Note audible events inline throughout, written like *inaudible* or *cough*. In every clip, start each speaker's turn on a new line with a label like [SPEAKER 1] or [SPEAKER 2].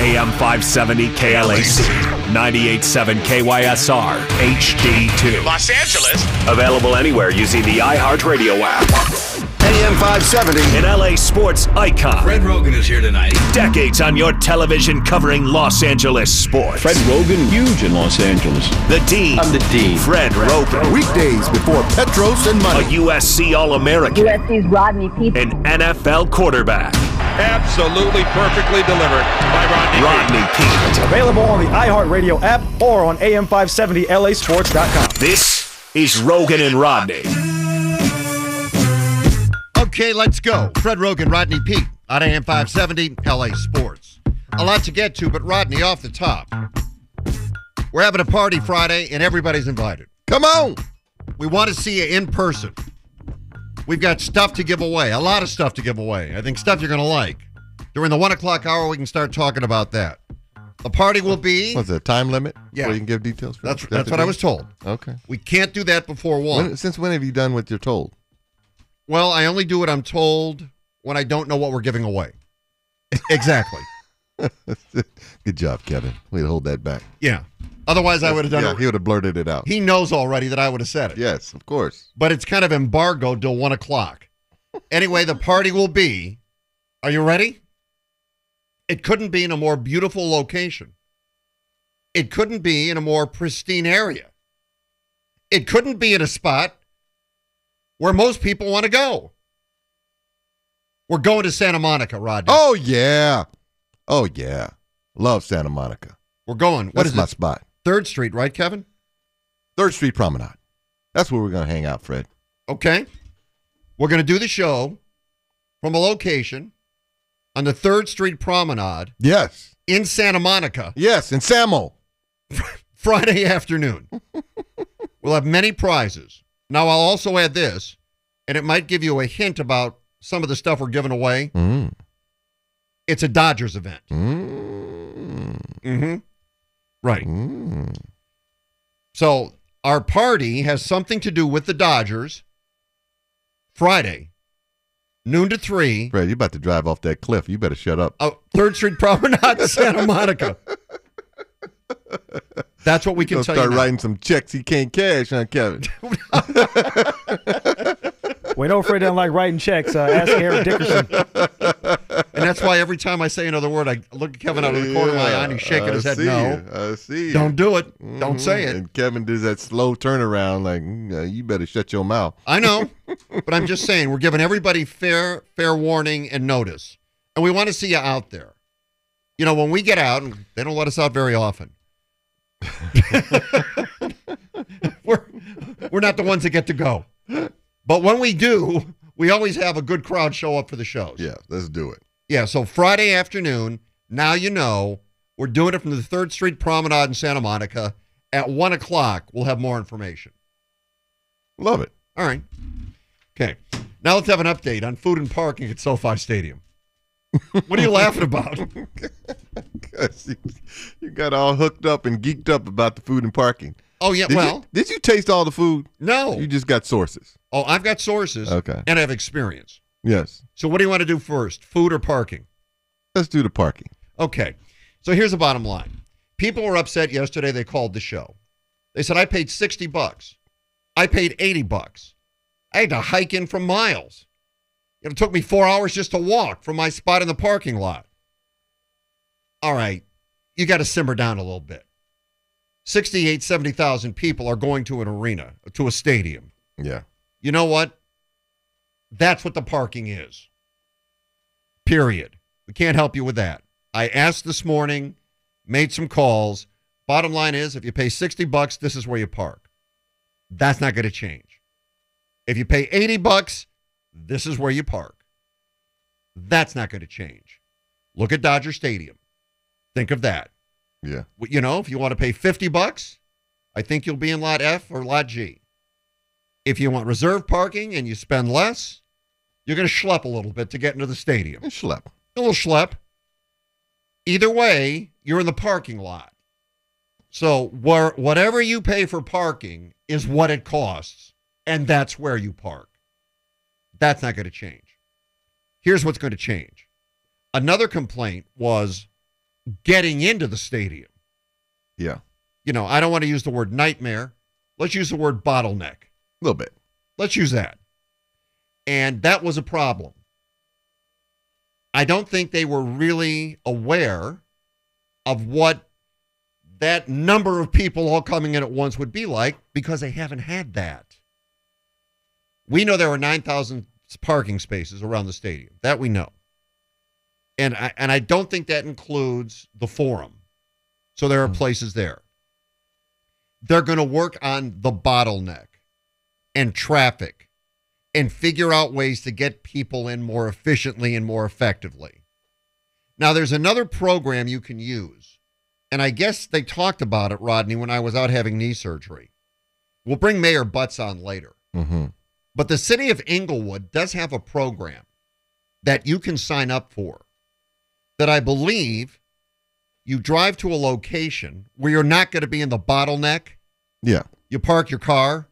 [SPEAKER 1] AM 570 KLAC, 98.7 KYSR, HD2.
[SPEAKER 2] Los Angeles.
[SPEAKER 1] Available anywhere using the iHeartRadio app.
[SPEAKER 3] AM 570.
[SPEAKER 1] An LA sports icon.
[SPEAKER 4] Fred Rogan is here tonight.
[SPEAKER 1] Decades on your television covering Los Angeles sports.
[SPEAKER 5] Fred Rogan, huge in Los Angeles.
[SPEAKER 1] the Dean.
[SPEAKER 5] I'm the Dean.
[SPEAKER 1] Fred Roper.
[SPEAKER 3] Weekdays before Petros and
[SPEAKER 1] A
[SPEAKER 3] Money.
[SPEAKER 1] USC All American.
[SPEAKER 6] USC's Rodney Pete.
[SPEAKER 1] An NFL quarterback.
[SPEAKER 7] Absolutely perfectly delivered by Rodney.
[SPEAKER 1] Rodney Pete.
[SPEAKER 8] Available on the iHeartRadio app or on AM570LASports.com.
[SPEAKER 1] This is Rogan and Rodney.
[SPEAKER 9] Okay, let's go. Fred Rogan, Rodney Pete on AM 570, LA Sports. A lot to get to, but Rodney, off the top. We're having a party Friday and everybody's invited. Come on. We want to see you in person. We've got stuff to give away, a lot of stuff to give away. I think stuff you're going to like. During the one o'clock hour, we can start talking about that. The party will be.
[SPEAKER 3] What's the time limit?
[SPEAKER 9] Yeah.
[SPEAKER 3] Where you can give details? For
[SPEAKER 9] That's,
[SPEAKER 3] Is that
[SPEAKER 9] that's
[SPEAKER 3] the
[SPEAKER 9] what I
[SPEAKER 3] deal?
[SPEAKER 9] was told.
[SPEAKER 3] Okay.
[SPEAKER 9] We can't do that before one.
[SPEAKER 3] When, since when have you done what you're told? *laughs*
[SPEAKER 9] Well, I only do what I'm told when I don't know what we're giving away.
[SPEAKER 3] *laughs*
[SPEAKER 9] Exactly.
[SPEAKER 3] Good job, Kevin. We'd hold that back.
[SPEAKER 9] yeah. Otherwise, I would have done
[SPEAKER 3] yeah,
[SPEAKER 9] it.
[SPEAKER 3] He would have blurted it out.
[SPEAKER 9] He, knows already that I would have said it.
[SPEAKER 3] yes, of course.
[SPEAKER 9] But it's kind of embargoed till one o'clock. Anyway, the party will be. Are you ready? It couldn't be in a more beautiful location. It couldn't be in a more pristine area. It couldn't be in a spot where most people want to go. We're going to Santa Monica, Rodney.
[SPEAKER 3] Oh yeah. Oh yeah. Love Santa Monica.
[SPEAKER 9] We're going. What
[SPEAKER 3] That's
[SPEAKER 9] is
[SPEAKER 3] my
[SPEAKER 9] it?
[SPEAKER 3] spot.
[SPEAKER 9] Third Street, right, Kevin?
[SPEAKER 3] Third Street Promenade. That's where we're gonna hang out, Fred.
[SPEAKER 9] Okay. We're going to do the show from a location on the Third Street Promenade
[SPEAKER 3] Yes.
[SPEAKER 9] in Santa Monica *laughs*
[SPEAKER 3] Yes, and Samo.
[SPEAKER 9] Friday afternoon. we'll have many prizes. Now, I'll also add this, and it might give you a hint about some of the stuff we're giving away.
[SPEAKER 3] Mm.
[SPEAKER 9] It's a Dodgers event.
[SPEAKER 3] Mm.
[SPEAKER 9] Mm-hmm. Right.
[SPEAKER 3] Mm.
[SPEAKER 9] So our party has something to do with the Dodgers Friday, noon to three.
[SPEAKER 3] Fred, you're about to drive off that cliff. You better shut up.
[SPEAKER 9] Oh, Third Street Promenade, *laughs* Santa Monica. That's what we can
[SPEAKER 3] Gonna
[SPEAKER 9] tell
[SPEAKER 3] start
[SPEAKER 9] you. now.
[SPEAKER 3] writing some checks he can't cash, huh,
[SPEAKER 9] *laughs*
[SPEAKER 3] Kevin?
[SPEAKER 8] We know Fred doesn't like writing checks. Uh, ask Eric Dickerson.
[SPEAKER 9] And that's why every time I say another word, I look at Kevin out of the corner of my eye and he's shaking
[SPEAKER 3] I
[SPEAKER 9] his head.
[SPEAKER 3] see
[SPEAKER 9] No,
[SPEAKER 3] you. I see. you.
[SPEAKER 9] don't do it. Don't
[SPEAKER 3] Mhm.
[SPEAKER 9] say it.
[SPEAKER 3] And Kevin does that slow turnaround, like "Mm, uh, you better shut your mouth.
[SPEAKER 9] I know, but I'm just saying we're giving everybody fair fair warning and notice, and we want to see you out there. You know, when we get out, and they don't let us out very often. *laughs* we're we're not the ones that get to go, but when we do, we always have a good crowd show up for the shows.
[SPEAKER 3] Yeah, let's do it.
[SPEAKER 9] yeah. So Friday afternoon, now you know we're doing it from the Third Street Promenade in Santa Monica at one o'clock. We'll have more information.
[SPEAKER 3] Love it. *laughs*
[SPEAKER 9] All right. Okay. Now let's have an update on food and parking at SoFi Stadium. What are you
[SPEAKER 3] *laughs*
[SPEAKER 9] laughing about?
[SPEAKER 3] 'Cause you, you got all hooked up and geeked up about the food and parking.
[SPEAKER 9] Oh yeah,
[SPEAKER 3] Did
[SPEAKER 9] well,
[SPEAKER 3] you, did you taste all the food?
[SPEAKER 9] no.
[SPEAKER 3] You just got sources.
[SPEAKER 9] Oh, I've got sources.
[SPEAKER 3] Okay.
[SPEAKER 9] And I have experience.
[SPEAKER 3] Yes.
[SPEAKER 9] So what do you want to do first? Food or parking?
[SPEAKER 3] Let's do the parking.
[SPEAKER 9] Okay. So here's the bottom line. People were upset yesterday they called the show. They said I paid 60 bucks. I paid 80 bucks. I had to hike in from miles. It took me 4 hours just to walk from my spot in the parking lot. All right. You got to simmer down a little bit. 68 70,000 people are going to an arena, to a stadium.
[SPEAKER 3] Yeah.
[SPEAKER 9] You know what? That's what the parking is. Period. We can't help you with that. I asked this morning, made some calls. Bottom line is if you pay 60 bucks, this is where you park. That's not going to change. If you pay 80 bucks, this is where you park. That's not going to change. Look at Dodger Stadium. Think of that.
[SPEAKER 3] Yeah.
[SPEAKER 9] Well, you know, if you want to pay 50 bucks, I think you'll be in lot F or lot G. If you want reserve parking and you spend less, you're going to schlep a little bit to get into
[SPEAKER 3] *laughs*
[SPEAKER 9] the stadium.
[SPEAKER 3] And schlep.
[SPEAKER 9] A little schlep. Either way, you're in the parking lot. So, where, whatever you pay for parking is what it costs, and that's where you park. That's not going to change. Here's what's going to change. Another complaint was getting into the stadium.
[SPEAKER 3] Yeah, a
[SPEAKER 9] You know, I don't want to use the word nightmare. Let's use the word bottleneck.
[SPEAKER 3] little bit.
[SPEAKER 9] Let's use that. And that was a problem. I don't think they were really aware of what that number of people all coming in at once would be like because they haven't had that. We know there were 9,000 parking spaces around the stadium. That we know. And I, and I don't think that includes the forum. So there are places there. They're going to work on the bottleneck and traffic and figure out ways to get people in more efficiently and more effectively. Now, there's another program you can use. And I guess they talked about it, Rodney, when I was out having knee surgery. We'll bring Mayor Butts on later.
[SPEAKER 3] Mm-hmm.
[SPEAKER 9] But the city of Inglewood does have a program that you can sign up for that I believe you drive to a location where you're not going to be in the bottleneck
[SPEAKER 3] Yeah,
[SPEAKER 9] you park your car,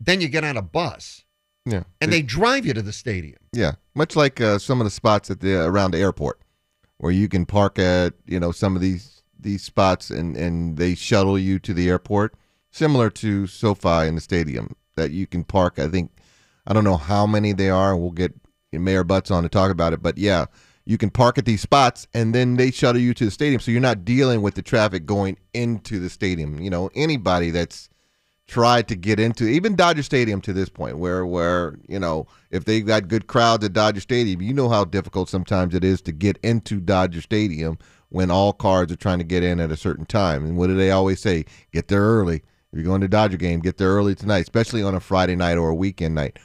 [SPEAKER 9] then you get on a bus,
[SPEAKER 3] yeah,
[SPEAKER 9] and they drive you to the stadium.
[SPEAKER 3] yeah. Much like uh, some of the spots at the around the airport, where you can park at you know some of these these spots and and they shuttle you to the airport, similar to SoFi in the stadium that you can park. I think I don't know how many they are. and We'll get Mayor Butts on to talk about it, but yeah. You can park at these spots, and then they shuttle you to the stadium, so you're not dealing with the traffic going into the stadium. You know, anybody that's tried to get into even Dodger Stadium to this point where where you know if they've got good crowds at Dodger Stadium you know how difficult sometimes it is to get into Dodger Stadium when all cars are trying to get in at a certain time and what do they always say get there early if you're going to Dodger game get there early tonight especially on a Friday night or a weekend night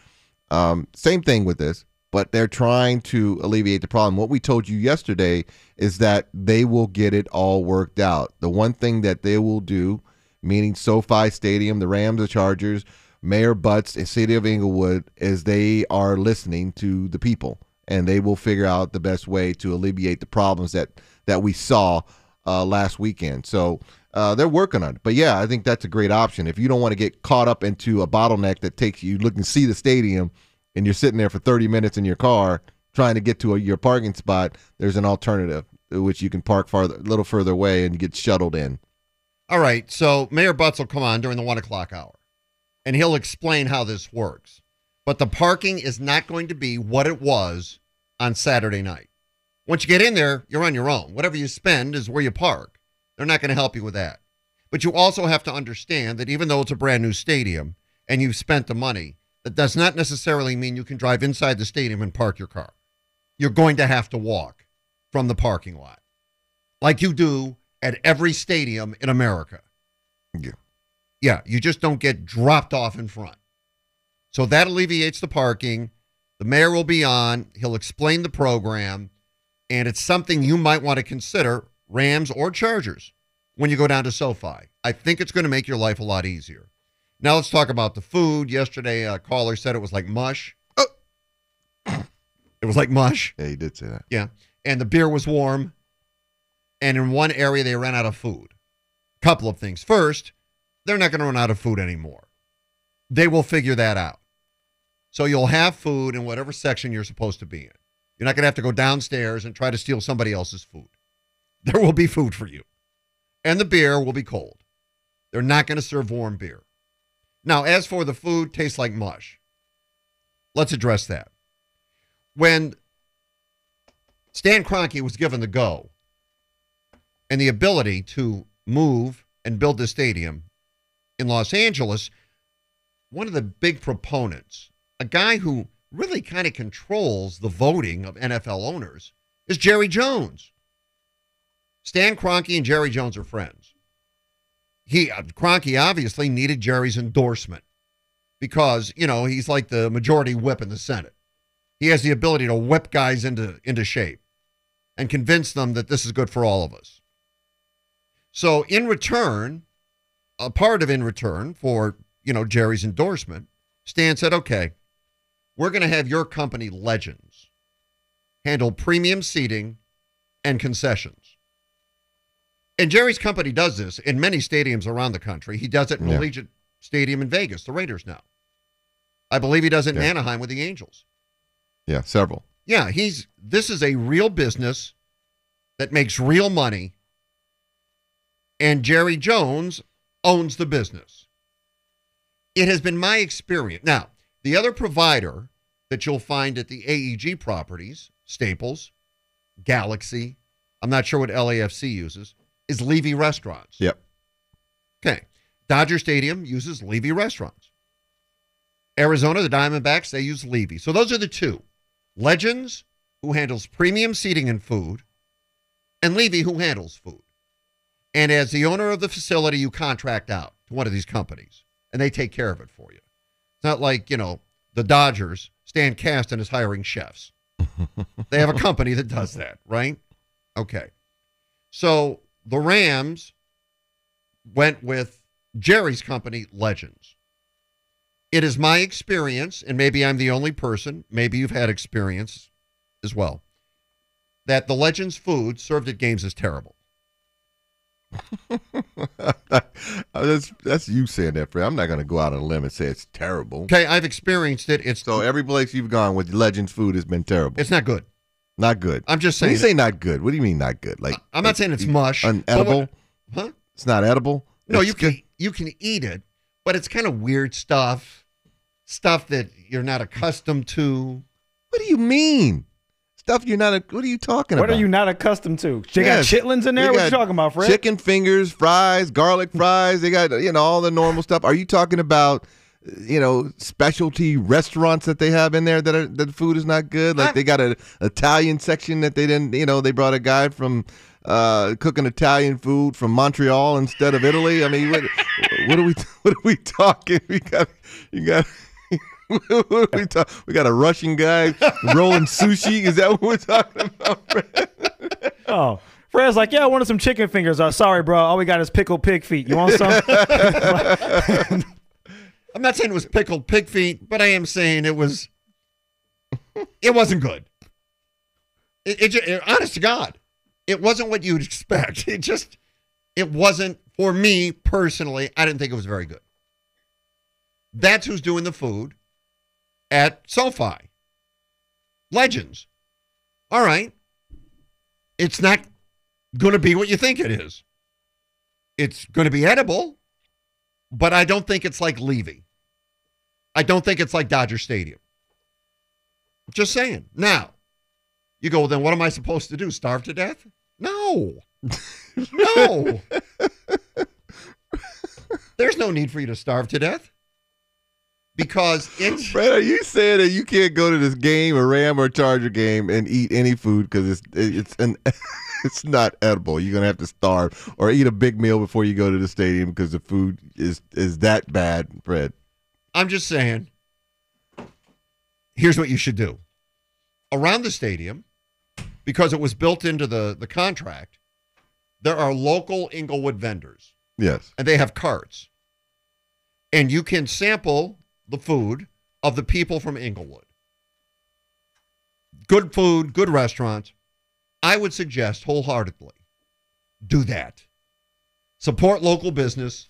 [SPEAKER 3] um, same thing with this but they're trying to alleviate the problem. What we told you yesterday is that they will get it all worked out. The one thing that they will do, meaning SoFi Stadium, the Rams, the Chargers, Mayor Butts, and City of Inglewood, is they are listening to the people and they will figure out the best way to alleviate the problems that that we saw uh, last weekend. So uh, they're working on it. But yeah, I think that's a great option. If you don't want to get caught up into a bottleneck that takes you looking to see the stadium and you're sitting there for 30 minutes in your car trying to get to a, your parking spot, there's an alternative uh, which you can park farther, a little further away and get shuttled in.
[SPEAKER 9] All right, so Mayor Butts will come on during the one o'clock hour, and he'll explain how this works. But the parking is not going to be what it was on Saturday night. Once you get in there, you're on your own. Whatever you spend is where you park. They're not going to help you with that. But you also have to understand that even though it's a brand new stadium and you've spent the money, that does not necessarily mean you can drive inside the stadium and park your car. You're going to have to walk from the parking lot like you do at every stadium in America.
[SPEAKER 3] Yeah.
[SPEAKER 9] Yeah, you just don't get dropped off in front. So that alleviates the parking. The mayor will be on, he'll explain the program, and it's something you might want to consider Rams or Chargers when you go down to SoFi. I think it's going to make your life a lot easier. Now let's talk about the food. Yesterday, a caller said it was like mush. It was like mush.
[SPEAKER 3] Yeah, he did say that.
[SPEAKER 9] Yeah. And the beer was warm. And in one area, they ran out of food. Couple of things. First, they're not going to run out of food anymore. They will figure that out. So you'll have food in whatever section you're supposed to be in. You're not going to have to go downstairs and try to steal somebody else's food. There will be food for you. And the beer will be cold. They're not going to serve warm beer. Now, as for the food, tastes like mush. Let's address that. When Stan Kroenke was given the go and the ability to move and build the stadium in Los Angeles. One of the big proponents, a guy who really kind of controls the voting of NFL owners, is Jerry Jones. Stan Kroenke and Jerry Jones are friends. He uh, Kroenke obviously needed Jerry's endorsement because you know he's like the majority whip in the Senate. He has the ability to whip guys into into shape and convince them that this is good for all of us. So in return, a part of in return for, you know, Jerry's endorsement, Stan said, "Okay, we're going to have your company Legends handle premium seating and concessions." And Jerry's company does this in many stadiums around the country. He does it in
[SPEAKER 3] Yeah.
[SPEAKER 9] Allegiant Stadium in Vegas, the Raiders now. I believe he does it in
[SPEAKER 3] Yeah.
[SPEAKER 9] Anaheim with the Angels.
[SPEAKER 3] Yeah, several.
[SPEAKER 9] Yeah, he's this is a real business that makes real money, and Jerry Jones owns the business. It has been my experience. Now, the other provider that you'll find at the AEG properties, Staples, Galaxy, I'm not sure what LAFC uses, is Levy Restaurants.
[SPEAKER 3] Yep. *laughs*
[SPEAKER 9] Okay. Dodger Stadium uses Levy Restaurants. Arizona, the Diamondbacks, they use Levy. So those are the two Legends, who handles premium seating and food, and Levy, who handles food. And as the owner of the facility, you contract out to one of these companies, and they take care of it for you. It's not like, you know, the Dodgers, Stan Caston is hiring chefs. they have a company that does that, right? Okay. So the Rams went with Jerry's company, Legends. It is my experience, and maybe I'm the only person, maybe you've had experience as well, that the Legends food served at games is terrible.
[SPEAKER 3] Uh, that's that's you saying that, Fred. I'm not going to go out on a limb and say it's terrible.
[SPEAKER 9] Okay, I've experienced it. It's
[SPEAKER 3] So every place you've gone with Legends food has been terrible.
[SPEAKER 9] it's not good.
[SPEAKER 3] not good.
[SPEAKER 9] I'm just
[SPEAKER 3] When
[SPEAKER 9] saying.
[SPEAKER 3] you say not good, what do you mean not good? Like
[SPEAKER 9] I'm not saying it's mush. but
[SPEAKER 3] unedible.
[SPEAKER 9] what- Huh?
[SPEAKER 3] It's not edible.
[SPEAKER 9] No,
[SPEAKER 3] It's
[SPEAKER 9] you
[SPEAKER 3] good.
[SPEAKER 9] can you can eat it, but it's kind of weird stuff, stuff that you're not accustomed to.
[SPEAKER 3] What do you mean? Stuff you're not. what are you talking
[SPEAKER 8] What
[SPEAKER 3] about?
[SPEAKER 8] are you not accustomed to? They
[SPEAKER 3] Yes.
[SPEAKER 8] got chitlins in there?
[SPEAKER 3] They
[SPEAKER 8] What you
[SPEAKER 3] got
[SPEAKER 8] talking about, Fred?
[SPEAKER 3] Chicken fingers, fries, garlic fries. They got you know all the normal stuff. Are you talking about you know specialty restaurants that they have in there that are that the food is not good? Like they got an Italian section that they didn't. You know they brought a guy from uh, cooking Italian food from Montreal instead of Italy. I mean, what what are we *laughs* what are we talking? We got you got. *laughs* what are we, talk- we got a Russian guy rolling sushi. Is that what we're talking about?
[SPEAKER 8] Oh. Fred's like, yeah, I wanted some chicken fingers. Oh, sorry, bro. All we got is pickled pig feet. You want some?
[SPEAKER 9] I'm not saying it was pickled pig feet, but I am saying it was. It wasn't good. It, it, ju- it- honest to God, it wasn't what you'd expect. *laughs* It just, it wasn't for me personally. I didn't think it was very good. That's who's doing the food at SoFi. Legends. All right. It's not going to be what you think it is. It's going to be edible but I don't think it's like Levy. I don't think it's like Dodger Stadium. Just saying. Now, you go, then what am I supposed to do? Starve to death? No. No. There's no need for you to starve to death because it's.
[SPEAKER 3] Fred, are you saying that you can't go to this game, a Ram or Charger game, and eat any food because it's it's an *laughs* it's not edible? You're gonna have to starve or eat a big meal before you go to the stadium because the food is is that bad, Fred.
[SPEAKER 9] I'm just saying. Here's what you should do. Around the stadium, because it was built into the, the contract, there are local Inglewood vendors
[SPEAKER 3] Yes,
[SPEAKER 9] and they have carts. And you can sample the food of the people from Inglewood. Good food, good restaurants. I would suggest wholeheartedly do that. Support local business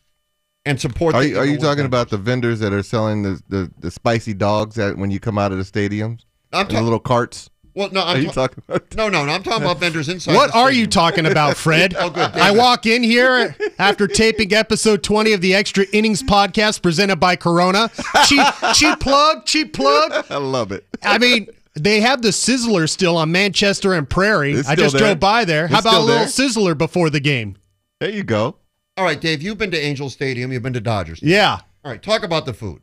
[SPEAKER 9] and support.
[SPEAKER 3] are
[SPEAKER 9] the
[SPEAKER 3] you, are you
[SPEAKER 9] Inglewood
[SPEAKER 3] talking
[SPEAKER 9] vendors.
[SPEAKER 3] about the vendors that are selling the the, the spicy dogs that when you come out of the stadiums,
[SPEAKER 9] I'm
[SPEAKER 3] in the
[SPEAKER 9] talking.
[SPEAKER 3] little carts?
[SPEAKER 9] Well, no,
[SPEAKER 3] are
[SPEAKER 9] I'm
[SPEAKER 3] you
[SPEAKER 9] ta-
[SPEAKER 3] talking about?
[SPEAKER 9] No, no, no. I'm talking about vendors inside.
[SPEAKER 2] What
[SPEAKER 9] the
[SPEAKER 2] are
[SPEAKER 9] stadium.
[SPEAKER 2] you
[SPEAKER 3] *laughs*
[SPEAKER 2] talking about, Fred?
[SPEAKER 9] Oh, good.
[SPEAKER 2] I walk in here after taping episode 20 of the Extra Innings podcast presented by Corona. Cheap, cheap plug, cheap plug.
[SPEAKER 3] *laughs* I love it.
[SPEAKER 2] I mean, they have the Sizzler still on Manchester and Prairie.
[SPEAKER 3] It's
[SPEAKER 2] I
[SPEAKER 3] still
[SPEAKER 2] just
[SPEAKER 3] there.
[SPEAKER 2] drove by there.
[SPEAKER 3] It's
[SPEAKER 2] How about a
[SPEAKER 3] still
[SPEAKER 2] little
[SPEAKER 3] there.
[SPEAKER 2] Sizzler before the game?
[SPEAKER 3] There you go.
[SPEAKER 9] All right, Dave. You've been to Angel Stadium. You've been to Dodgers.
[SPEAKER 2] Yeah.
[SPEAKER 9] All right. Talk about the food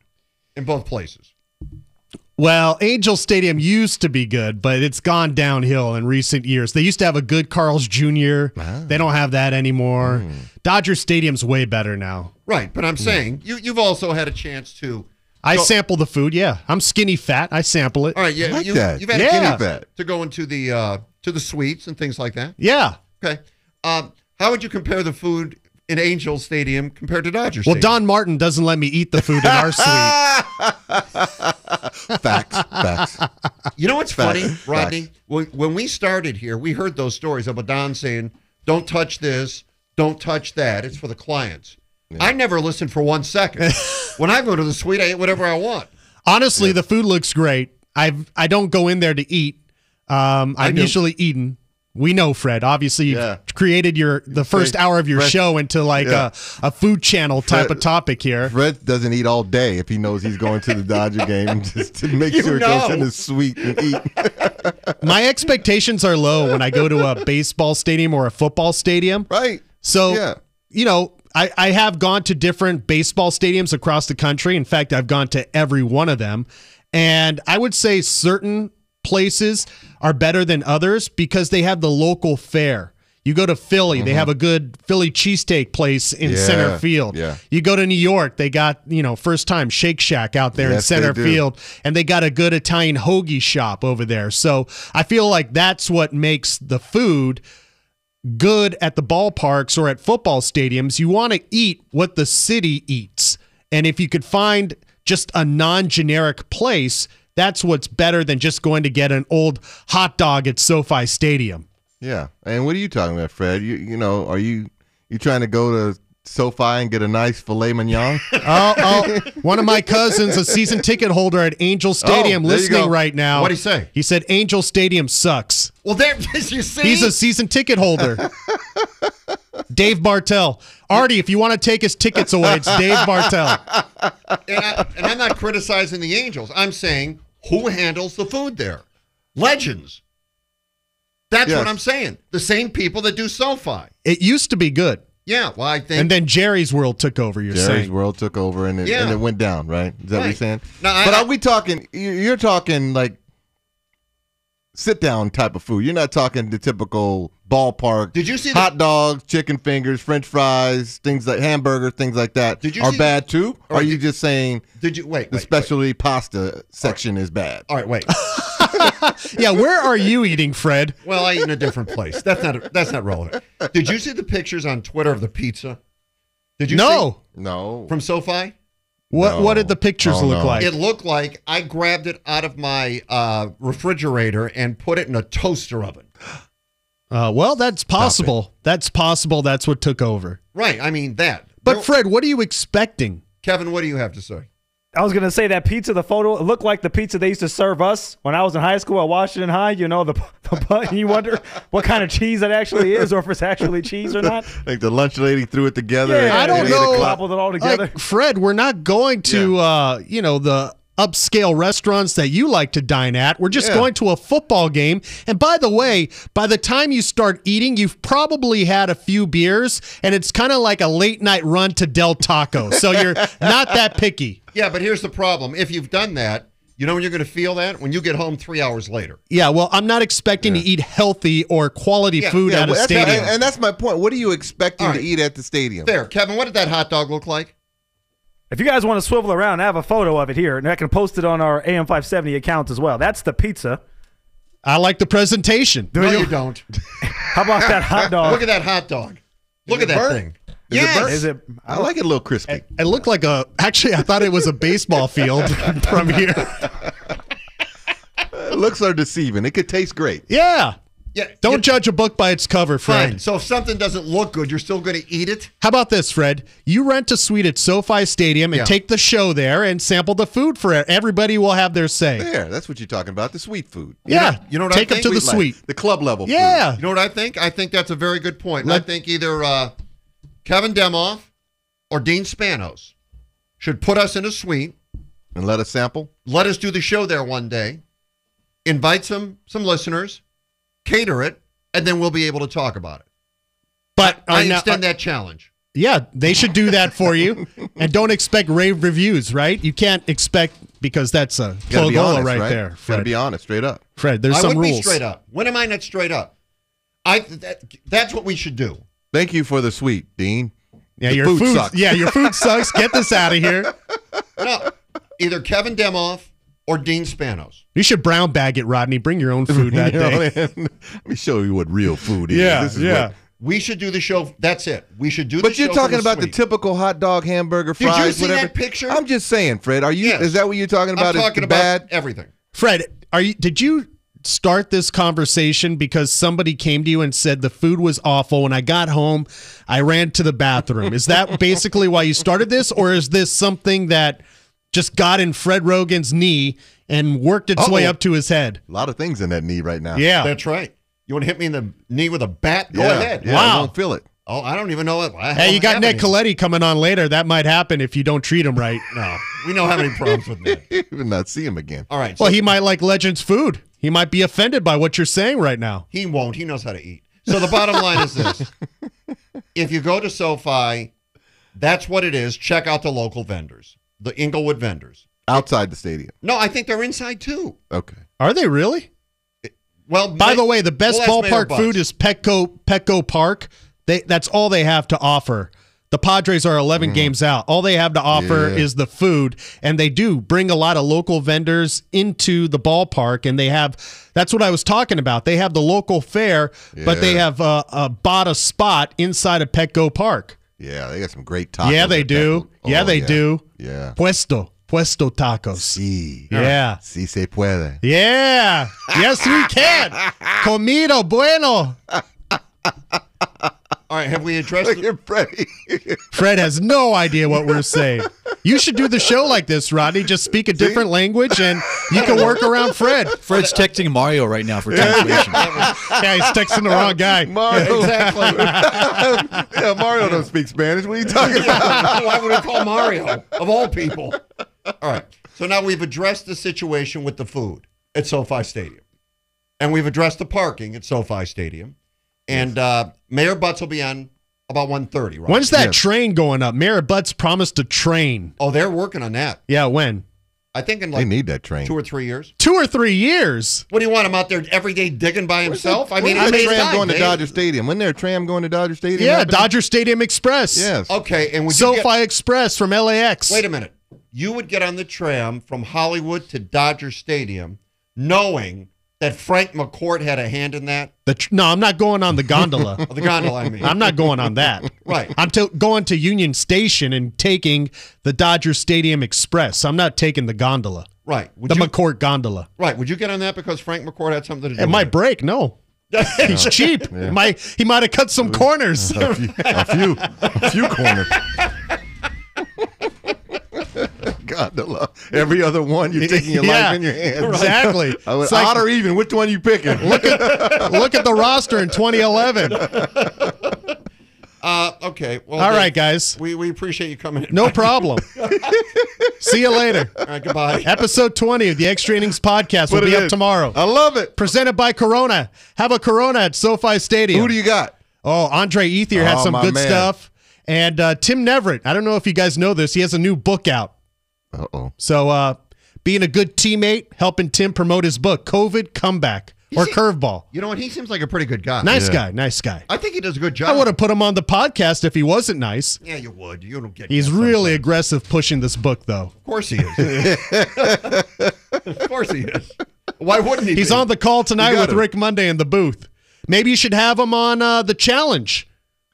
[SPEAKER 9] in both places.
[SPEAKER 2] Well, Angel Stadium used to be good, but it's gone downhill in recent years. They used to have a good Carl's Jr.
[SPEAKER 3] Ah.
[SPEAKER 2] They don't have that anymore.
[SPEAKER 3] Hmm.
[SPEAKER 2] Dodger Stadium's way better now.
[SPEAKER 9] Right, but I'm saying you you've also had a chance to.
[SPEAKER 2] I
[SPEAKER 9] So-
[SPEAKER 2] sample the food. Yeah, I'm skinny fat. I sample it.
[SPEAKER 9] All right, yeah,
[SPEAKER 3] I like
[SPEAKER 9] you,
[SPEAKER 3] that.
[SPEAKER 9] you've had
[SPEAKER 2] Yeah.
[SPEAKER 9] a
[SPEAKER 3] Give me
[SPEAKER 9] chance
[SPEAKER 3] that.
[SPEAKER 9] to go into the uh, to the suites and things like that.
[SPEAKER 2] Yeah.
[SPEAKER 9] Okay, um, how would you compare the food in Angel Stadium compared to Dodger
[SPEAKER 2] Well,
[SPEAKER 9] Stadium?
[SPEAKER 2] Don Martin doesn't let me eat the food in our suite.
[SPEAKER 3] Facts, facts.
[SPEAKER 9] you know what's
[SPEAKER 3] Fact.
[SPEAKER 9] funny, Rodney? When, when we started here, we heard those stories about Don saying, "Don't touch this, don't touch that. It's for the clients." I never listened for one
[SPEAKER 2] *laughs*
[SPEAKER 9] second. when I go to the suite, I eat whatever I want.
[SPEAKER 2] Honestly, the food looks great. I've I don't go in there to eat. Um, I'm
[SPEAKER 9] do.
[SPEAKER 2] usually eating We know, Fred. Obviously, you
[SPEAKER 3] Yeah.
[SPEAKER 2] created your the first
[SPEAKER 3] Fred-
[SPEAKER 2] hour of your
[SPEAKER 3] Fred-
[SPEAKER 2] show into like
[SPEAKER 3] Yeah.
[SPEAKER 2] a, a food channel type
[SPEAKER 3] Fred-
[SPEAKER 2] of topic here.
[SPEAKER 3] Fred doesn't eat all day if he knows he's going to the Dodger game *laughs* just to make
[SPEAKER 9] You
[SPEAKER 3] sure he goes
[SPEAKER 9] know.
[SPEAKER 3] in the suite and eat.
[SPEAKER 2] My expectations are low when I go to a baseball stadium or a football stadium.
[SPEAKER 3] Right.
[SPEAKER 2] So,
[SPEAKER 3] Yeah.
[SPEAKER 2] you know, I, I have gone to different baseball stadiums across the country. In fact, I've gone to every one of them. And I would say certain places are better than others because they have the local fare. You go to Philly, they have a good Philly cheesesteak place in
[SPEAKER 3] Mm-hmm. Yeah,
[SPEAKER 2] center field.
[SPEAKER 3] yeah.
[SPEAKER 2] You go to New York, they got, you know, first time Shake Shack out there in
[SPEAKER 3] Yes, they
[SPEAKER 2] center
[SPEAKER 3] do.
[SPEAKER 2] field, and they got a good Italian hoagie shop over there. So I feel like that's what makes the food good at the ballparks or at football stadiums. You want to eat what the city eats. And if you could find just a non generic place, that's what's better than just going to get an old hot dog at SoFi Stadium.
[SPEAKER 3] Yeah. And what are you talking about, Fred? You you know, are you you trying to go to SoFi and get a nice filet
[SPEAKER 9] *laughs*
[SPEAKER 3] mignon?
[SPEAKER 2] Oh, oh, one of my cousins, a season ticket holder at Angel Stadium,
[SPEAKER 3] Oh, there you
[SPEAKER 2] listening
[SPEAKER 3] go.
[SPEAKER 2] right now.
[SPEAKER 9] What'd he say?
[SPEAKER 2] He said Angel Stadium sucks.
[SPEAKER 9] Well, there *laughs* you see.
[SPEAKER 2] He's a season ticket holder. Dave Bartel. Artie, if you want to take his tickets away, it's Dave Bartel.
[SPEAKER 9] and, I, and I'm not criticizing the Angels. I'm saying who handles the food there? Legends. That's
[SPEAKER 3] Yes.
[SPEAKER 9] what I'm saying. The same people that do SoFi.
[SPEAKER 2] It used to be good.
[SPEAKER 9] Yeah. Well, I think.
[SPEAKER 2] And then Jerry's World took over. You're
[SPEAKER 3] Jerry's
[SPEAKER 2] saying
[SPEAKER 3] World took over and it,
[SPEAKER 9] Yeah.
[SPEAKER 3] and it went down, right? Is that what you're
[SPEAKER 9] Right.
[SPEAKER 3] saying?
[SPEAKER 9] No, I-
[SPEAKER 3] but
[SPEAKER 9] I-
[SPEAKER 3] are we talking? you- You're talking like sit down type of food. You're not talking the typical ballpark.
[SPEAKER 9] Did you see the-
[SPEAKER 3] hot dogs, chicken fingers, French fries, things like hamburger, things like that?
[SPEAKER 9] Did you
[SPEAKER 3] are
[SPEAKER 9] see the-
[SPEAKER 3] bad too? Or
[SPEAKER 9] or
[SPEAKER 3] are you
[SPEAKER 9] did-
[SPEAKER 3] just saying
[SPEAKER 9] did you wait?
[SPEAKER 3] the
[SPEAKER 9] wait,
[SPEAKER 3] specialty pasta section is bad?
[SPEAKER 9] wait. All right. Wait.
[SPEAKER 2] yeah, where are you eating, Fred?
[SPEAKER 9] Well, I eat in a different place. That's not. That's not relevant. Did you see the pictures on Twitter of the pizza? Did you?
[SPEAKER 2] No.
[SPEAKER 3] No.
[SPEAKER 9] See from SoFi.
[SPEAKER 2] What
[SPEAKER 3] No.
[SPEAKER 2] What did the pictures
[SPEAKER 3] Oh,
[SPEAKER 2] look
[SPEAKER 3] no.
[SPEAKER 2] like?
[SPEAKER 9] It looked like I grabbed it out of my uh, refrigerator and put it in a toaster oven.
[SPEAKER 2] uh, well, that's possible. That's possible. That's what took over.
[SPEAKER 9] Right. I mean that.
[SPEAKER 2] But Fred, what are you expecting?
[SPEAKER 9] Kevin, what do you have to say?
[SPEAKER 8] I was gonna say that pizza, the photo it looked like the pizza they used to serve us when I was in high school at Washington High. You know the *laughs* the bun. You wonder what kind of cheese that actually is, or if it's actually cheese
[SPEAKER 3] *laughs*
[SPEAKER 8] or not.
[SPEAKER 3] Like the lunch lady threw it together.
[SPEAKER 8] Yeah,
[SPEAKER 3] at
[SPEAKER 2] I don't
[SPEAKER 3] eight
[SPEAKER 2] know.
[SPEAKER 3] o'clock.
[SPEAKER 8] Cobbled it all together.
[SPEAKER 2] Like, Fred, we're not going to uh, you know the upscale restaurants that you like to dine at. We're just
[SPEAKER 3] Yeah.
[SPEAKER 2] going to a football game. And by the way, by the time you start eating, you've probably had a few beers, and it's kind of like a late night run to Del Taco.
[SPEAKER 3] *laughs*
[SPEAKER 2] so you're not that picky.
[SPEAKER 9] Yeah, but here's the problem. If you've done that, you know when you're going to feel that? When you get home three hours later.
[SPEAKER 2] Yeah, well, I'm not expecting to eat healthy or quality
[SPEAKER 9] Yeah,
[SPEAKER 2] food
[SPEAKER 3] Yeah,
[SPEAKER 2] at a
[SPEAKER 3] well, that's-
[SPEAKER 2] stadium.
[SPEAKER 3] and, and that's my point. What are you expecting
[SPEAKER 9] All
[SPEAKER 3] to
[SPEAKER 9] right.
[SPEAKER 3] eat at the stadium?
[SPEAKER 9] There, Kevin, what did that hot dog look like?
[SPEAKER 8] If you guys want to swivel around, I have a photo of it here, and I can post it on our AM570 account as well. That's the pizza.
[SPEAKER 2] I like the presentation.
[SPEAKER 9] no, you, don't.
[SPEAKER 8] How about
[SPEAKER 3] *laughs*
[SPEAKER 8] that hot
[SPEAKER 9] Look
[SPEAKER 8] dog?
[SPEAKER 9] at that hot dog. Look
[SPEAKER 3] it
[SPEAKER 9] at that
[SPEAKER 3] burnt?
[SPEAKER 9] thing.
[SPEAKER 3] Is it burnt?
[SPEAKER 8] Is it?
[SPEAKER 3] I like it a little crispy.
[SPEAKER 2] It looked like a. Actually, I thought it was a baseball field *laughs* from here.
[SPEAKER 3] *laughs* Looks are deceiving. It could taste great.
[SPEAKER 2] Yeah.
[SPEAKER 9] Yeah.
[SPEAKER 2] Don't
[SPEAKER 9] you
[SPEAKER 2] judge a book by its cover, Fred.
[SPEAKER 9] fine. So if something doesn't look good, you're still going to eat it?
[SPEAKER 2] How about this, Fred? You rent a suite at SoFi Stadium and
[SPEAKER 9] Yeah.
[SPEAKER 2] take the show there and sample the food for it. Everybody will have their say.
[SPEAKER 3] There, that's what you're talking about. The sweet food.
[SPEAKER 2] yeah.
[SPEAKER 9] you know what I
[SPEAKER 2] take them
[SPEAKER 9] think?
[SPEAKER 2] to the
[SPEAKER 9] We'd like-
[SPEAKER 2] suite.
[SPEAKER 3] The club level. food.
[SPEAKER 2] Yeah.
[SPEAKER 9] You know what I think? I think that's a very good point. And I
[SPEAKER 2] Let-
[SPEAKER 9] think either uh, Kevin Demoff or Dean Spanos should put us in a suite,
[SPEAKER 3] And let us sample.
[SPEAKER 9] let us do the show there one day, invite some some listeners, cater it, and then we'll be able to talk about it.
[SPEAKER 2] But
[SPEAKER 9] I
[SPEAKER 2] are now-
[SPEAKER 9] extend
[SPEAKER 3] uh,
[SPEAKER 9] that challenge.
[SPEAKER 2] Yeah, they should do that
[SPEAKER 9] *laughs*
[SPEAKER 2] for you. and don't expect rave reviews, right? You can't expect because that's a
[SPEAKER 3] Gotta be
[SPEAKER 2] Clogola
[SPEAKER 3] honest,
[SPEAKER 2] right,
[SPEAKER 3] right,
[SPEAKER 2] there,
[SPEAKER 3] Gotta
[SPEAKER 2] Fred.
[SPEAKER 3] be honest, straight up.
[SPEAKER 2] Fred, there's
[SPEAKER 9] I
[SPEAKER 2] some
[SPEAKER 9] would
[SPEAKER 2] rules.
[SPEAKER 9] be straight up. When am I not straight up? I that, that's what we should do.
[SPEAKER 3] Thank you for the sweet, Dean.
[SPEAKER 2] Yeah,
[SPEAKER 3] The
[SPEAKER 2] your
[SPEAKER 3] food
[SPEAKER 2] food.
[SPEAKER 3] sucks.
[SPEAKER 2] Yeah, your food sucks. Get this out of here.
[SPEAKER 3] *laughs*
[SPEAKER 9] No, either Kevin Demoff or Dean Spanos.
[SPEAKER 2] You should brown bag it, Rodney. Bring your
[SPEAKER 3] *laughs*
[SPEAKER 9] *laughs*
[SPEAKER 2] own food that
[SPEAKER 3] You know
[SPEAKER 2] day.
[SPEAKER 3] what I mean? Let me show you what real food is. This is what-
[SPEAKER 9] We should do the show. That's it. We should do. the
[SPEAKER 3] but you're
[SPEAKER 9] show from
[SPEAKER 3] talking about the
[SPEAKER 9] suite.
[SPEAKER 3] typical hot dog, hamburger,
[SPEAKER 9] you
[SPEAKER 3] fries,
[SPEAKER 9] see that
[SPEAKER 3] whatever.
[SPEAKER 9] picture?
[SPEAKER 3] I'm just saying, Fred. Are you?
[SPEAKER 9] Yes.
[SPEAKER 3] Is that what you're talking about?
[SPEAKER 9] I'm
[SPEAKER 3] It's
[SPEAKER 9] talking
[SPEAKER 3] bad.
[SPEAKER 9] about e- everything.
[SPEAKER 2] Fred, are you? Did you start this conversation because somebody came to you and said the food was awful? When I got home, I ran to the bathroom. Is that basically why you started this, or is this something that just got in Fred Rogan's knee and worked its way
[SPEAKER 3] Uh-oh.
[SPEAKER 2] up to his head?
[SPEAKER 3] A lot of things in that knee right now.
[SPEAKER 2] Yeah.
[SPEAKER 9] That's right. You want to hit me in the knee with a bat? Go ahead.
[SPEAKER 3] Yeah, I
[SPEAKER 2] Wow.
[SPEAKER 3] won't feel it. *laughs*
[SPEAKER 9] Oh, I don't even know what. I
[SPEAKER 2] Hey, you
[SPEAKER 9] don't
[SPEAKER 2] got
[SPEAKER 9] have
[SPEAKER 2] Nick
[SPEAKER 9] any.
[SPEAKER 2] Coletti coming on later. That might happen if you don't treat him right.
[SPEAKER 9] No, we don't have any problems with
[SPEAKER 2] *laughs*
[SPEAKER 9] Nick.
[SPEAKER 3] Even not see him again.
[SPEAKER 9] All right. So
[SPEAKER 2] Well, he might like Legends food. He might be offended by what you're saying right now.
[SPEAKER 9] He won't. He knows how to eat. So the bottom line is this: if you go to SoFi, that's what it is. Check out the local vendors, the Inglewood vendors.
[SPEAKER 3] Outside the stadium.
[SPEAKER 9] No, I think they're inside too.
[SPEAKER 3] Okay.
[SPEAKER 2] Are they really?
[SPEAKER 9] Well,
[SPEAKER 2] By
[SPEAKER 9] Ma-
[SPEAKER 2] the way, the best
[SPEAKER 9] we'll ask Mayor
[SPEAKER 2] ballpark
[SPEAKER 9] Butts.
[SPEAKER 2] food is Petco Petco Park. They that's all they have to offer. The Padres are 11 games out. All they have to offer
[SPEAKER 3] Mm-hmm. Yeah.
[SPEAKER 2] is the food, and they do bring a lot of local vendors into the ballpark. And they have that's what I was talking about. They have the local fair, but they
[SPEAKER 3] Yeah.
[SPEAKER 2] have uh, uh, bought a spot inside of Petco Park.
[SPEAKER 3] Yeah, they got some great tacos.
[SPEAKER 2] yeah, they
[SPEAKER 3] at
[SPEAKER 2] do.
[SPEAKER 3] that-
[SPEAKER 2] yeah,
[SPEAKER 3] Oh,
[SPEAKER 2] they do.
[SPEAKER 3] Yeah.
[SPEAKER 2] Puesto Puesto Tacos.
[SPEAKER 3] Si.
[SPEAKER 2] Yeah.
[SPEAKER 3] Si se puede.
[SPEAKER 2] Yeah. Yes, we
[SPEAKER 3] *laughs*
[SPEAKER 2] can. Comido bueno.
[SPEAKER 9] all right. Have we addressed?
[SPEAKER 3] Look at Freddie. *laughs*
[SPEAKER 2] Fred has no idea what we're saying. You should do the show like this, Rodney. Just speak a different language and you can work around Fred.
[SPEAKER 4] Fred's texting Mario right now for translation.
[SPEAKER 2] *laughs* Yeah, he's texting the wrong guy.
[SPEAKER 3] Mario.
[SPEAKER 9] exactly.
[SPEAKER 3] *laughs* yeah, Mario don't speak Spanish. What are you talking about?
[SPEAKER 9] Why would I call Mario of all people? All right. So now we've addressed the situation with the food at SoFi Stadium, and we've addressed the parking at SoFi Stadium, and uh, Mayor Butts will be on about 1.30, right?
[SPEAKER 2] When's that
[SPEAKER 3] Yes.
[SPEAKER 2] train going up? Mayor Butts promised a train.
[SPEAKER 9] Oh, they're working on that.
[SPEAKER 2] Yeah, when?
[SPEAKER 9] I think in
[SPEAKER 3] They
[SPEAKER 9] like
[SPEAKER 3] need that train.
[SPEAKER 9] two or three years.
[SPEAKER 2] Two or three years.
[SPEAKER 9] What do you want him out there every day digging by himself? I mean,
[SPEAKER 3] When's
[SPEAKER 9] I
[SPEAKER 3] the
[SPEAKER 9] mean,
[SPEAKER 3] tram
[SPEAKER 9] it's
[SPEAKER 3] going to
[SPEAKER 9] Dave.
[SPEAKER 3] Dodger Stadium. When there a tram going to Dodger Stadium?
[SPEAKER 2] Yeah,
[SPEAKER 3] happening?
[SPEAKER 2] Dodger Stadium Express.
[SPEAKER 3] Yes.
[SPEAKER 9] Okay, and would you
[SPEAKER 2] SoFi
[SPEAKER 9] get,
[SPEAKER 2] Express from LAX.
[SPEAKER 9] wait a minute. You would get on the tram from Hollywood to Dodger Stadium, knowing that Frank McCourt had a hand in that.
[SPEAKER 2] The tr- no, I'm not going on the gondola.
[SPEAKER 9] *laughs* The gondola,
[SPEAKER 2] *laughs*
[SPEAKER 9] I mean.
[SPEAKER 2] I'm not going on that.
[SPEAKER 9] Right.
[SPEAKER 2] I'm to- going to Union Station and taking the Dodger Stadium Express. I'm not taking the gondola,
[SPEAKER 9] right. Would
[SPEAKER 2] the
[SPEAKER 9] you,
[SPEAKER 2] McCourt gondola.
[SPEAKER 9] right. Would you get on that because Frank McCourt had something to do?
[SPEAKER 2] It
[SPEAKER 9] with
[SPEAKER 2] might break. No, he's cheap. Might he might have cut
[SPEAKER 3] *laughs*
[SPEAKER 2] some corners.
[SPEAKER 3] A few, a few, a few corners. God, the love. every other one you're taking your
[SPEAKER 2] Yeah,
[SPEAKER 3] life in your hands.
[SPEAKER 2] Exactly.
[SPEAKER 3] *laughs* I would-
[SPEAKER 2] It's like-
[SPEAKER 3] odd or even, which one you picking?
[SPEAKER 2] look at *laughs* look at the roster in 2011.
[SPEAKER 9] Uh, okay. Well,
[SPEAKER 2] All
[SPEAKER 9] Dave,
[SPEAKER 2] right, guys.
[SPEAKER 9] We we appreciate you coming. in.
[SPEAKER 2] No problem. See you later.
[SPEAKER 9] All right. Goodbye.
[SPEAKER 2] *laughs* Episode 20 of the Extra Innings podcast will
[SPEAKER 3] What
[SPEAKER 2] be
[SPEAKER 3] it Oh.
[SPEAKER 2] up
[SPEAKER 3] is.
[SPEAKER 2] tomorrow.
[SPEAKER 3] I love it.
[SPEAKER 2] Presented by Corona. Have a Corona at SoFi Stadium.
[SPEAKER 3] Who do you got?
[SPEAKER 2] Oh, Andre Ethier had
[SPEAKER 3] Oh,
[SPEAKER 2] some
[SPEAKER 3] my
[SPEAKER 2] good
[SPEAKER 3] man.
[SPEAKER 2] stuff. And uh, Tim Neverett, I don't know if you guys know this, he has a new book out.
[SPEAKER 3] Uh oh.
[SPEAKER 2] So uh, being a good teammate, helping Tim promote his book, COVID Comeback or Curveball.
[SPEAKER 9] You know what? He seems like a pretty good guy.
[SPEAKER 2] Nice guy, nice guy.
[SPEAKER 9] I think he does a good job.
[SPEAKER 2] I would have put him on the podcast if he wasn't nice.
[SPEAKER 9] Yeah, you would. You don't get.
[SPEAKER 2] He's
[SPEAKER 9] that
[SPEAKER 2] really aggressive pushing this book, though.
[SPEAKER 9] Of course he is.
[SPEAKER 2] *laughs*
[SPEAKER 9] of course he is. Why wouldn't he?
[SPEAKER 2] He's
[SPEAKER 9] be?
[SPEAKER 2] on the call tonight
[SPEAKER 3] got
[SPEAKER 2] with
[SPEAKER 3] him.
[SPEAKER 2] Rick Monday in the booth. Maybe you should have him on uh, the challenge.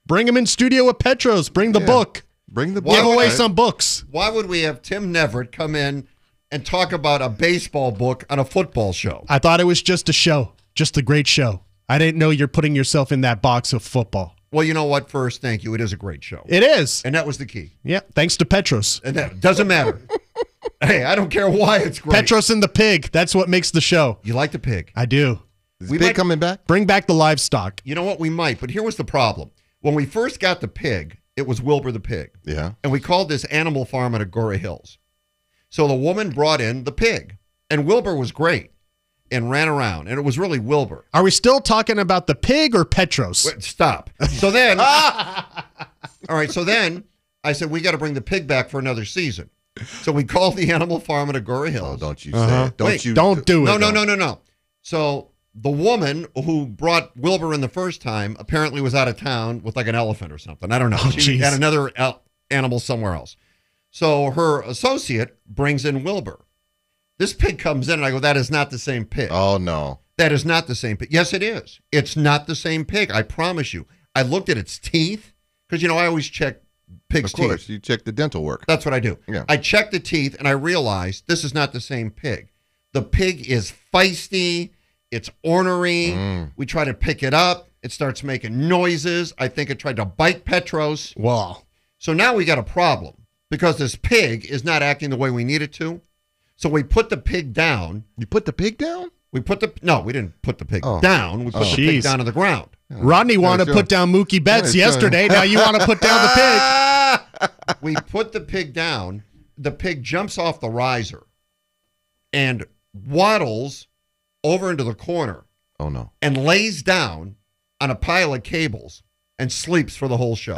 [SPEAKER 2] Bring him in studio with Petros. Bring the book.
[SPEAKER 3] Bring the
[SPEAKER 2] Give
[SPEAKER 3] book.
[SPEAKER 2] away some books.
[SPEAKER 9] Why would we have Tim Neverett come in and talk about a baseball book on a football show?
[SPEAKER 2] I thought it was just a show, just a great show. I didn't know you're putting yourself in that box of football.
[SPEAKER 9] Well, you know what? First, thank you. It is a great show,
[SPEAKER 2] It is.
[SPEAKER 9] and that was the key.
[SPEAKER 2] Yeah. Thanks to Petros.
[SPEAKER 9] And that doesn't matter. hey, I don't care why it's great.
[SPEAKER 2] Petros and the pig. That's what makes the show.
[SPEAKER 9] you like the pig?
[SPEAKER 2] I do.
[SPEAKER 3] Is
[SPEAKER 9] We
[SPEAKER 3] Pig
[SPEAKER 9] might-
[SPEAKER 3] coming back?
[SPEAKER 2] Bring back the livestock.
[SPEAKER 9] You know what? We might. But here was the problem. When we first got the pig, it was Wilbur the pig.
[SPEAKER 3] Yeah.
[SPEAKER 9] and we called this animal farm at Agora Hills. So the woman brought in the pig, and Wilbur was great and ran around, and it was really Wilbur.
[SPEAKER 2] Are we still talking about the pig or Petros?
[SPEAKER 9] Wait, stop. So
[SPEAKER 2] *laughs*
[SPEAKER 9] then, all right. So then I said we got to bring the pig back for another season. So we called the animal farm at Agora
[SPEAKER 3] Oh,
[SPEAKER 9] Hills.
[SPEAKER 3] don't you
[SPEAKER 2] Uh-huh.
[SPEAKER 3] say it. Don't
[SPEAKER 9] Wait,
[SPEAKER 3] you?
[SPEAKER 2] Don't do it.
[SPEAKER 9] no, no, no, no, no. So the woman who brought Wilbur in the first time apparently was out of town with like an elephant or something. I don't know.
[SPEAKER 2] Oh,
[SPEAKER 9] she
[SPEAKER 2] jeez.
[SPEAKER 9] had another el- animal somewhere else. So her associate brings in Wilbur. This pig comes in, and I go, "That is not the same pig.
[SPEAKER 3] Oh no.
[SPEAKER 9] That is not the same pig. Yes, it is. It's not the same pig. I promise you. I looked at its teeth because you know I always check pigs'
[SPEAKER 3] Of course,
[SPEAKER 9] teeth.
[SPEAKER 3] you check the dental work.
[SPEAKER 9] That's what I do.
[SPEAKER 3] Yeah.
[SPEAKER 9] I checked the teeth and I realized this is not the same pig. The pig is feisty, it's ornery.
[SPEAKER 3] Mm.
[SPEAKER 9] We try to pick it up, it starts making noises. I think it tried to bite Petros.
[SPEAKER 2] Well,
[SPEAKER 9] So now we got a problem because this pig is not acting the way we need it to. So we put the pig down.
[SPEAKER 3] You put the pig down?
[SPEAKER 9] We put the no, we didn't put the pig
[SPEAKER 3] Oh.
[SPEAKER 9] down. We put the pig
[SPEAKER 2] Jeez.
[SPEAKER 9] down on the
[SPEAKER 3] *laughs*
[SPEAKER 9] ground.
[SPEAKER 2] Rodney wanted to
[SPEAKER 3] sure.
[SPEAKER 2] put down Mookie Betts
[SPEAKER 3] Yeah, sure.
[SPEAKER 2] yesterday. Now you want to put down the pig.
[SPEAKER 3] *laughs*
[SPEAKER 9] we put the pig down. The pig jumps off the riser and waddles over into the corner
[SPEAKER 3] Oh no.
[SPEAKER 9] and lays down on a pile of cables and sleeps for the
[SPEAKER 3] *laughs*
[SPEAKER 9] whole show.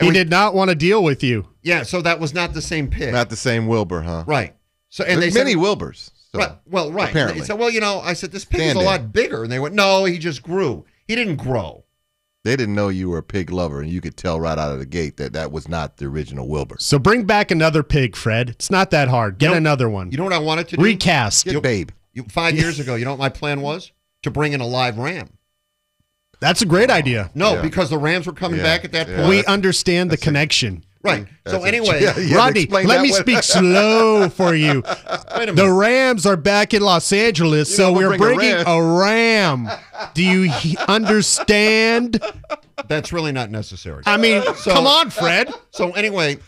[SPEAKER 2] He did not want to deal with you.
[SPEAKER 9] yeah, so that was not the same pig.
[SPEAKER 3] Not the same Wilbur, huh?
[SPEAKER 9] right. So and
[SPEAKER 3] There's
[SPEAKER 9] they
[SPEAKER 3] many
[SPEAKER 9] said,
[SPEAKER 3] Wilburs. So.
[SPEAKER 9] Right, well, right.
[SPEAKER 3] apparently.
[SPEAKER 9] They said, well, you know, I said this pig
[SPEAKER 3] Stand
[SPEAKER 9] is a
[SPEAKER 3] in.
[SPEAKER 9] lot bigger, and they went, no, he just grew. He didn't grow.
[SPEAKER 3] They didn't know you were a pig lover, and you could tell right out of the gate that that was not the original Wilbur.
[SPEAKER 2] So bring back another pig, Fred. It's not that hard. Get
[SPEAKER 9] You know-
[SPEAKER 2] another one.
[SPEAKER 9] You know what I wanted to do?
[SPEAKER 2] Recast.
[SPEAKER 3] Get Babe.
[SPEAKER 9] You- five
[SPEAKER 3] *laughs*
[SPEAKER 9] years ago, you know what my plan was? To bring in a live ram.
[SPEAKER 2] That's a great idea.
[SPEAKER 9] No,
[SPEAKER 3] Yeah.
[SPEAKER 9] because the Rams were coming
[SPEAKER 3] Yeah.
[SPEAKER 9] back at that
[SPEAKER 3] Yeah.
[SPEAKER 9] point.
[SPEAKER 2] we
[SPEAKER 3] that's-
[SPEAKER 2] understand the connection.
[SPEAKER 9] Right. So
[SPEAKER 3] *laughs*
[SPEAKER 9] anyway,
[SPEAKER 3] Yeah, yeah,
[SPEAKER 2] Rodney,
[SPEAKER 3] explain
[SPEAKER 2] let
[SPEAKER 3] that
[SPEAKER 2] me
[SPEAKER 3] one. *laughs*
[SPEAKER 2] speak slow for you.
[SPEAKER 9] wait a minute.
[SPEAKER 2] The Rams are back in Los Angeles, so
[SPEAKER 3] we'll
[SPEAKER 2] we're
[SPEAKER 3] bring
[SPEAKER 2] bringing
[SPEAKER 3] a
[SPEAKER 2] a ram. Do you he- understand?
[SPEAKER 9] That's really not necessary.
[SPEAKER 2] I mean,
[SPEAKER 9] So-
[SPEAKER 2] come on, Fred.
[SPEAKER 9] so anyway,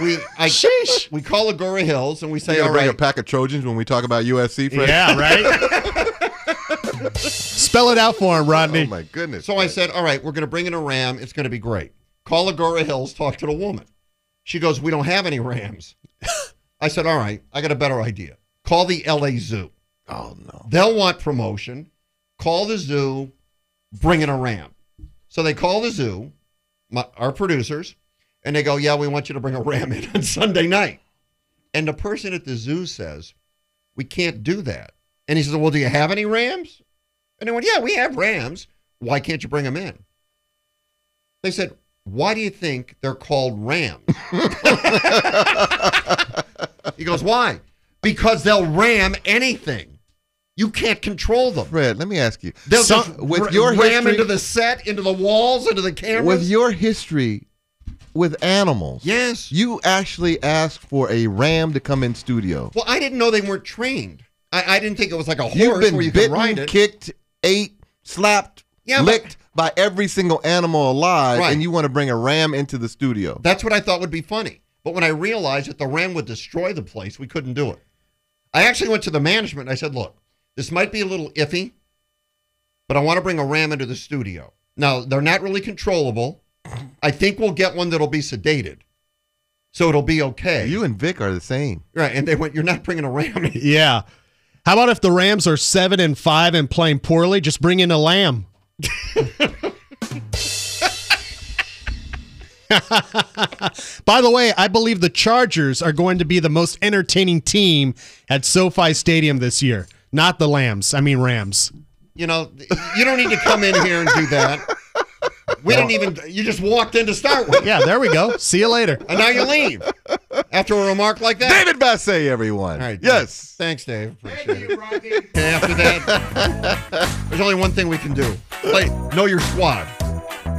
[SPEAKER 9] we I,
[SPEAKER 2] Sheesh.
[SPEAKER 9] we call Agora Hills and we say,
[SPEAKER 3] You
[SPEAKER 9] all
[SPEAKER 3] gonna bring a
[SPEAKER 9] right,
[SPEAKER 3] pack of Trojans when we talk about USC, Fred?
[SPEAKER 2] Yeah, right? Spell it out for him,
[SPEAKER 3] *laughs* Oh
[SPEAKER 2] Rodney.
[SPEAKER 3] my goodness.
[SPEAKER 9] So I
[SPEAKER 3] Fred.
[SPEAKER 9] said, all right, we're going to bring in a ram. It's going to be great. Call Agora Hills, talk to the woman. She goes, we don't have any rams. *laughs* I said, all right, I got a better idea. Call the LA Zoo.
[SPEAKER 3] Oh no.
[SPEAKER 9] They'll want promotion. Call the zoo, bring in a ram. So they call the zoo, my, our producers, and they go, Yeah, we want you to bring a ram in on Sunday night. And the person at the zoo says, We can't do that. And he says, Well, do you have any rams? And they went, Yeah, we have rams. Why can't you bring them in? They said, Why do you think they're called rams? *laughs* he goes, Why? Because they'll ram anything. You can't control them.
[SPEAKER 3] Fred, let me ask you.
[SPEAKER 9] They'll
[SPEAKER 3] Some-
[SPEAKER 9] just
[SPEAKER 3] with
[SPEAKER 9] ra-
[SPEAKER 3] your
[SPEAKER 9] ram
[SPEAKER 3] history,
[SPEAKER 9] into the set, into the walls, into the cameras.
[SPEAKER 3] with your history with animals,
[SPEAKER 9] yes.
[SPEAKER 3] you actually asked for a ram to come in studio.
[SPEAKER 9] well, I didn't know they weren't trained. I, I didn't think it was like a horse
[SPEAKER 3] You've been
[SPEAKER 9] where you
[SPEAKER 3] bitten,
[SPEAKER 9] could ride it.
[SPEAKER 3] kicked, ate, slapped,
[SPEAKER 9] Yeah, but-
[SPEAKER 3] licked by every single animal alive,
[SPEAKER 9] Right.
[SPEAKER 3] and you want to bring a ram into the studio.
[SPEAKER 9] That's what I thought would be funny. But when I realized that the ram would destroy the place, we couldn't do it. I actually went to the management and I said, look, this might be a little iffy, but I want to bring a ram into the studio. Now, they're not really controllable. I think we'll get one that'll be sedated. So it'll be okay.
[SPEAKER 3] you and Vic are the same.
[SPEAKER 9] right. And they went, you're not bringing a ram in.
[SPEAKER 2] Yeah. How about if the Rams are seven and five and playing poorly? Just bring in a lamb. *laughs* By the way, I believe the Chargers are going to be the most entertaining team at SoFi Stadium this year. Not the Lambs. I mean Rams.
[SPEAKER 9] you know, you don't need to come in here and do that. We didn't even, you just walked in to start with.
[SPEAKER 2] Yeah, there we go. See you later.
[SPEAKER 9] And now you leave after a remark like that.
[SPEAKER 3] David Basse, everyone.
[SPEAKER 9] All right.
[SPEAKER 3] yes.
[SPEAKER 9] Thanks, Dave. Appreciate it. And after that, there's only one thing we can do play, know your squad.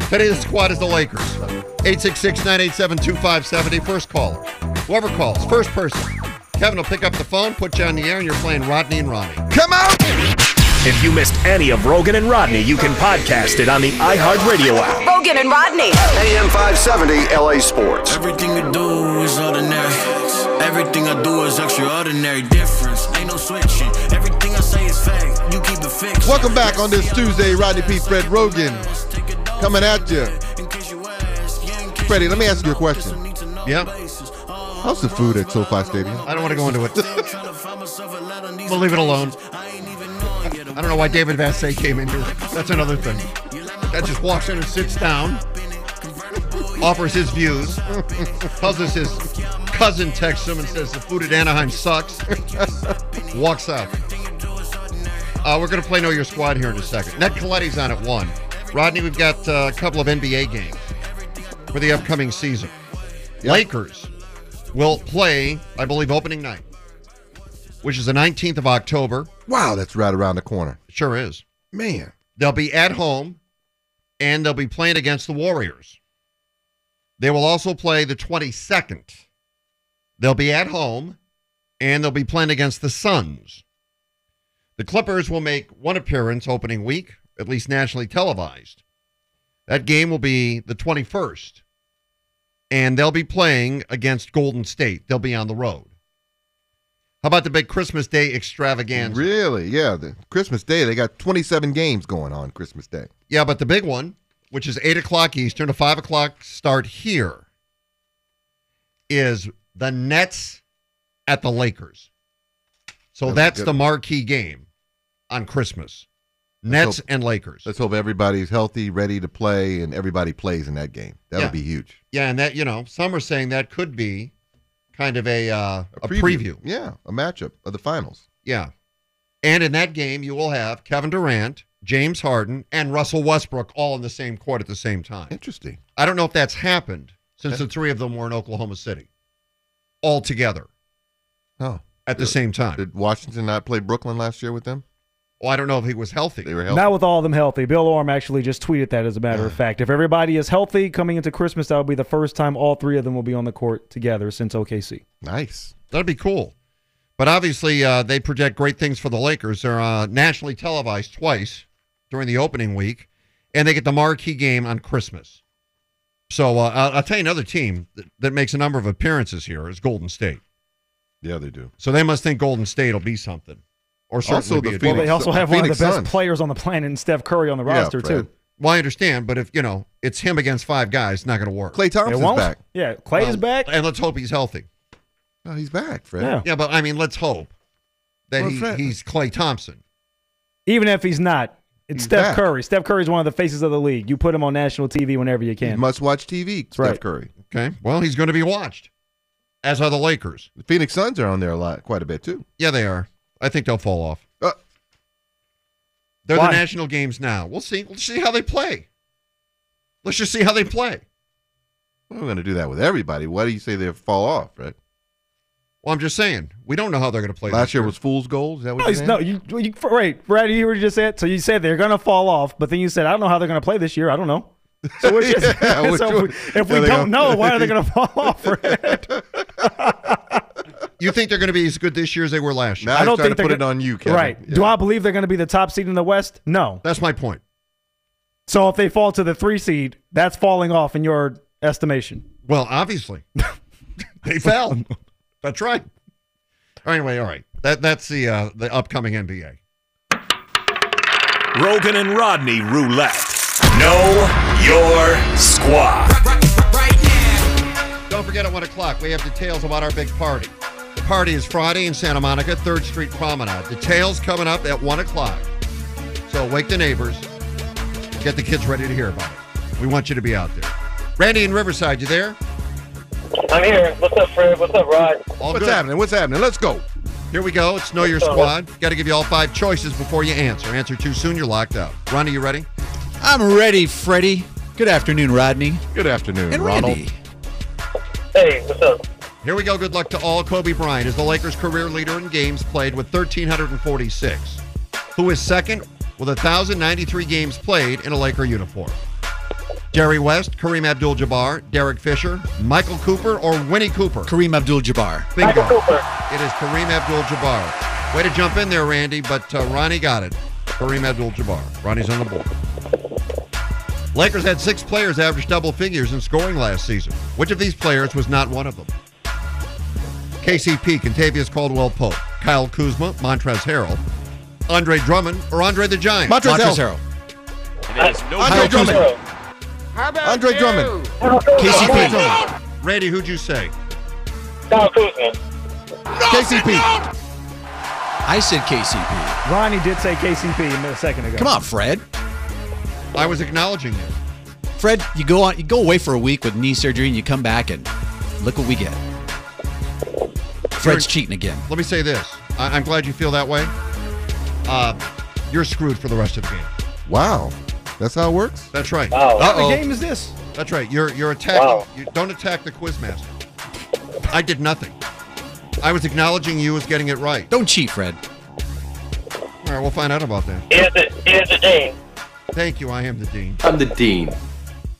[SPEAKER 9] Today's squad is the Lakers. 866 987 2570. First caller. Whoever calls, first person. Kevin will pick up the phone, put you on the air, and you're playing Rodney and Ronnie.
[SPEAKER 3] Come out.
[SPEAKER 1] If you missed any of Rogan and Rodney, you can podcast it on the iHeartRadio app.
[SPEAKER 6] Rogan and Rodney.
[SPEAKER 10] AM 570 LA Sports.
[SPEAKER 11] Everything I do is ordinary. Everything I do is extraordinary. Difference, ain't no switching. Everything I say is fact. You keep it fixed.
[SPEAKER 3] Welcome back on this Tuesday, Rodney P. Fred Rogan coming at you. Freddie, let me ask you a question.
[SPEAKER 9] Yeah.
[SPEAKER 3] How's the food at SoFi Stadium?
[SPEAKER 9] I don't want to go into it. we'll leave it alone. I don't know why David Vasse came in here. That's another thing. That just walks in and sits down, offers his views, *laughs* tells us his cousin texts him and says the food at Anaheim sucks, *laughs* walks out. Uh, we're going to play Know Your Squad here in a second. Ned Coletti's on at one. Rodney, we've got uh, a couple of NBA games for the upcoming season. Lakers will play, I believe, opening night, which is the 19th of October.
[SPEAKER 3] Wow, that's right around the corner.
[SPEAKER 9] Sure is.
[SPEAKER 3] Man.
[SPEAKER 9] They'll be at home and they'll be playing against the Warriors. They will also play the 22nd. They'll be at home and they'll be playing against the Suns. The Clippers will make one appearance opening week, at least nationally televised. That game will be the 21st. And they'll be playing against Golden State. They'll be on the road. How about the big Christmas Day extravaganza?
[SPEAKER 3] Really? Yeah. The Christmas Day, they got 27 games going on Christmas Day.
[SPEAKER 9] Yeah, but the big one, which is 8 o'clock Eastern to 5 o'clock start here, is the Nets at the Lakers. So
[SPEAKER 3] That's a
[SPEAKER 9] that's
[SPEAKER 3] good
[SPEAKER 9] the
[SPEAKER 3] one.
[SPEAKER 9] marquee game on Christmas. Nets
[SPEAKER 3] hope-
[SPEAKER 9] and Lakers.
[SPEAKER 3] Let's hope everybody's healthy, ready to play, and everybody plays in that game. That
[SPEAKER 9] Yeah.
[SPEAKER 3] would be huge.
[SPEAKER 9] Yeah, and that, you know, some are saying that could be kind of a, uh, a, preview.
[SPEAKER 3] Yeah, a matchup of the finals.
[SPEAKER 9] Yeah. And in that game, you will have Kevin Durant, James Harden, and Russell Westbrook all in the same court at the same time.
[SPEAKER 3] Interesting.
[SPEAKER 9] I don't know if that's happened since the three of them were in Oklahoma City all together
[SPEAKER 3] Oh.
[SPEAKER 9] at the same time.
[SPEAKER 3] Did Washington not play Brooklyn last year with them?
[SPEAKER 9] Well, I don't know if he was healthy.
[SPEAKER 3] They were healthy.
[SPEAKER 8] Not with all of them healthy. Bill Orm actually just tweeted that, as a
[SPEAKER 3] *sighs*
[SPEAKER 8] matter of fact. If everybody is healthy coming into Christmas, that will be the first time all three of them will be on the court together since OKC.
[SPEAKER 3] nice.
[SPEAKER 9] That'd be cool. But obviously, uh, they project great things for the Lakers. They're uh, nationally televised twice during the opening week, and they get the marquee game on Christmas. So uh, I'll, I'll tell you another team that, that makes a number of appearances here is Golden State.
[SPEAKER 3] Yeah, they do.
[SPEAKER 9] So they must think Golden State will be something, or
[SPEAKER 3] Also
[SPEAKER 9] certainly
[SPEAKER 3] the
[SPEAKER 9] be a
[SPEAKER 3] Phoenix-
[SPEAKER 8] Well, they also
[SPEAKER 3] Sun-
[SPEAKER 8] have one of
[SPEAKER 3] Phoenix
[SPEAKER 8] the best
[SPEAKER 3] Suns.
[SPEAKER 8] players on the planet, and Steph Curry on the
[SPEAKER 3] Yeah,
[SPEAKER 8] roster
[SPEAKER 3] Fred.
[SPEAKER 8] too.
[SPEAKER 9] Well, I understand, but if you know it's him against five guys, it's not going to work.
[SPEAKER 3] Clay
[SPEAKER 8] It
[SPEAKER 3] Thompson's
[SPEAKER 8] won't.
[SPEAKER 3] back.
[SPEAKER 8] Yeah, Clay is
[SPEAKER 9] Um,
[SPEAKER 8] back.
[SPEAKER 9] and let's hope he's healthy.
[SPEAKER 3] Oh, he's back, Fred.
[SPEAKER 8] Yeah.
[SPEAKER 9] Yeah, but I mean, let's hope that
[SPEAKER 3] Well,
[SPEAKER 9] he,
[SPEAKER 3] Fred-
[SPEAKER 9] he's Clay Thompson.
[SPEAKER 8] Even if he's not, it's
[SPEAKER 3] He's
[SPEAKER 8] Steph
[SPEAKER 3] back.
[SPEAKER 8] Curry. Steph Curry is one of the faces of the league. You put him on national TV whenever you
[SPEAKER 3] He
[SPEAKER 8] can.
[SPEAKER 3] must watch TV, Steph
[SPEAKER 8] right.
[SPEAKER 3] Curry.
[SPEAKER 9] Okay, well, he's going to be watched, as are the Lakers.
[SPEAKER 3] The Phoenix Suns are on there a lot, quite a bit, too.
[SPEAKER 9] Yeah, they are. I think they'll fall off.
[SPEAKER 3] Uh,
[SPEAKER 9] They're
[SPEAKER 8] Why?
[SPEAKER 9] the national games now. We'll see. We'll see how they play. Let's just see how they play.
[SPEAKER 3] we're going to do that with everybody. Why do you say they fall off, right?
[SPEAKER 9] Well, I'm just saying we don't know how they're going to play.
[SPEAKER 3] Last
[SPEAKER 9] this
[SPEAKER 3] year was fool's gold. Is that what
[SPEAKER 8] No,
[SPEAKER 3] you're
[SPEAKER 8] he's-
[SPEAKER 3] saying?
[SPEAKER 8] no, you, you, right, Brad, you already just said. So you said they're gonna fall off, but then you said I don't know how they're gonna play this year. I don't know. So, it's
[SPEAKER 3] *laughs*
[SPEAKER 8] just, *laughs*
[SPEAKER 3] Yeah,
[SPEAKER 8] so
[SPEAKER 3] which
[SPEAKER 8] if
[SPEAKER 3] one?
[SPEAKER 8] we, if we
[SPEAKER 3] There they
[SPEAKER 8] don't
[SPEAKER 3] go.
[SPEAKER 8] know, why are they
[SPEAKER 3] *laughs*
[SPEAKER 8] gonna *laughs* fall off? Brad?
[SPEAKER 9] You think they're going to be as good this year as they were last year?
[SPEAKER 3] Now
[SPEAKER 8] I don't
[SPEAKER 3] he's trying to
[SPEAKER 8] think they're
[SPEAKER 3] put it
[SPEAKER 8] gonna-
[SPEAKER 3] on you, Kevin.
[SPEAKER 8] right?
[SPEAKER 3] Yeah.
[SPEAKER 8] Do I believe they're gonna be the top seed in the West? No.
[SPEAKER 9] That's my point.
[SPEAKER 8] So if they fall to the three seed, that's falling off in your estimation.
[SPEAKER 9] Well,
[SPEAKER 3] *laughs*
[SPEAKER 9] obviously, they fell. That's right. Anyway, all right. That that's the uh, the upcoming NBA.
[SPEAKER 1] Rogan and Rodney Roulette. Know your squad.
[SPEAKER 9] Don't forget at one o'clock we have details about our big party. The party is Friday in Santa Monica, Third Street Promenade. Details coming up at one o'clock. So wake the neighbors. Get the kids ready to hear about it. We want you to be out there. Randy in Riverside, you there?
[SPEAKER 6] I'm here. What's up, Fred? What's up, Rod?
[SPEAKER 9] All
[SPEAKER 3] What's
[SPEAKER 9] good.
[SPEAKER 3] happening? What's happening? Let's go.
[SPEAKER 9] Here we go. It's Know Your Squad. Got to give you all five choices before you answer. Answer too soon, you're locked out. Ronnie, you ready?
[SPEAKER 4] I'm ready, Freddie. Good afternoon, Rodney.
[SPEAKER 3] Good afternoon,
[SPEAKER 4] And
[SPEAKER 3] Ronald.
[SPEAKER 4] Randy.
[SPEAKER 6] Hey, what's up?
[SPEAKER 9] Here we go. Good luck to all. Kobe Bryant is the Lakers' career leader in games played with 1,346. Who is second with 1,093 games played in a Laker uniform? Jerry West, Kareem Abdul Jabbar, Derek Fisher, Michael Cooper, or Winnie Cooper?
[SPEAKER 4] Kareem Abdul Jabbar.
[SPEAKER 9] Bingo.
[SPEAKER 6] Michael Cooper.
[SPEAKER 9] It is Kareem Abdul Jabbar. Way to jump in there, Randy, but uh, Ronnie got it. Kareem Abdul Jabbar. Ronnie's on the board. Lakers had six players average double figures in scoring last season. Which of these players was not one of them? KCP, Contavious Caldwell Pope, Kyle Kuzma, Montrez Harrell, Andre Drummond, or Andre the Giant?
[SPEAKER 3] Montrezl
[SPEAKER 4] Montrezl.
[SPEAKER 3] Andre Drummond.
[SPEAKER 6] Zero.
[SPEAKER 3] Andre Drummond.
[SPEAKER 4] KCP.
[SPEAKER 9] Randy, who'd you say?
[SPEAKER 6] Kyle Kuzma.
[SPEAKER 3] KCP.
[SPEAKER 4] I said KCP.
[SPEAKER 8] Ronnie did say KCP a second ago.
[SPEAKER 4] Come on, Fred.
[SPEAKER 9] I was acknowledging you.
[SPEAKER 4] Fred, you go on, you go away for a week with knee surgery, and you come back, and look what we get. Fred's cheating again.
[SPEAKER 9] Let me say this. I- I'm glad you feel that way. Uh, you're screwed for the rest of the game.
[SPEAKER 3] Wow. That's how it works?
[SPEAKER 9] That's right.
[SPEAKER 6] Wow.
[SPEAKER 8] What kind of game is this?
[SPEAKER 9] That's right. You're you're attacking.
[SPEAKER 6] Wow.
[SPEAKER 9] You, don't attack the quizmaster. I did nothing. I was acknowledging you as getting it right.
[SPEAKER 4] Don't cheat, Fred.
[SPEAKER 9] All right, we'll find out about that.
[SPEAKER 6] Here's the, here's the Dean.
[SPEAKER 9] Thank you. I am the dean.
[SPEAKER 12] I'm the dean.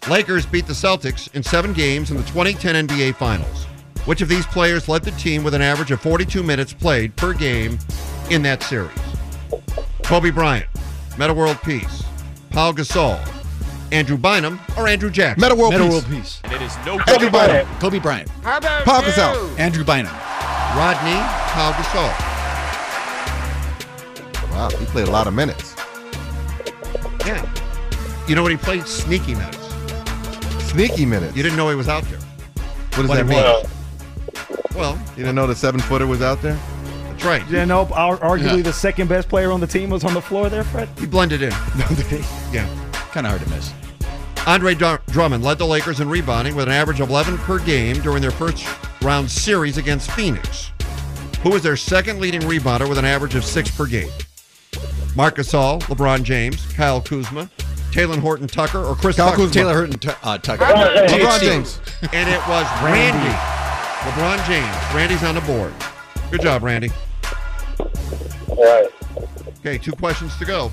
[SPEAKER 9] Lakers beat the Celtics in seven games in the 2010 NBA Finals. Which of these players led the team with an average of 42 minutes played per game in that series? Kobe Bryant, Meta World Peace, Paul Gasol, Andrew Bynum, or Andrew Jackson?
[SPEAKER 3] Meta World
[SPEAKER 4] Metal
[SPEAKER 3] Peace.
[SPEAKER 4] World Peace.
[SPEAKER 3] Everybody.
[SPEAKER 4] Kobe Bryant.
[SPEAKER 3] Pop us out.
[SPEAKER 4] Andrew Bynum.
[SPEAKER 9] Rodney Kyle Gasol.
[SPEAKER 3] Wow, he played a lot of minutes.
[SPEAKER 9] Yeah. You know what? He played sneaky minutes.
[SPEAKER 3] Sneaky minutes.
[SPEAKER 9] You didn't know he was out there.
[SPEAKER 3] What does
[SPEAKER 9] But
[SPEAKER 3] that
[SPEAKER 9] it
[SPEAKER 3] mean?
[SPEAKER 9] was. Well,
[SPEAKER 3] You didn't know the seven footer was out there?
[SPEAKER 9] that's right.
[SPEAKER 8] You know, ar- arguably
[SPEAKER 4] Yeah.
[SPEAKER 8] the second best player on the team was on the floor there, Fred.
[SPEAKER 9] He
[SPEAKER 3] *laughs*
[SPEAKER 9] blended in. Yeah.
[SPEAKER 4] Kind of hard to miss.
[SPEAKER 9] Andre Dr- Drummond led the Lakers in rebounding with an average of 11 per game during their first round series against Phoenix, who was their second leading rebounder with an average of six per game. Marcus Gasol, LeBron James, Kyle Kuzma, Taylor Horton Tucker, or Chris
[SPEAKER 3] Kyle
[SPEAKER 9] Tucker.
[SPEAKER 3] Kuzma.
[SPEAKER 4] Taylor Hurton Tu- uh, Tucker.
[SPEAKER 6] LeBron
[SPEAKER 4] THT.
[SPEAKER 3] LeBron James.
[SPEAKER 9] And it was Randy. LeBron James. Randy's on the board. Good job, Randy.
[SPEAKER 6] Right.
[SPEAKER 9] Okay, two questions to go.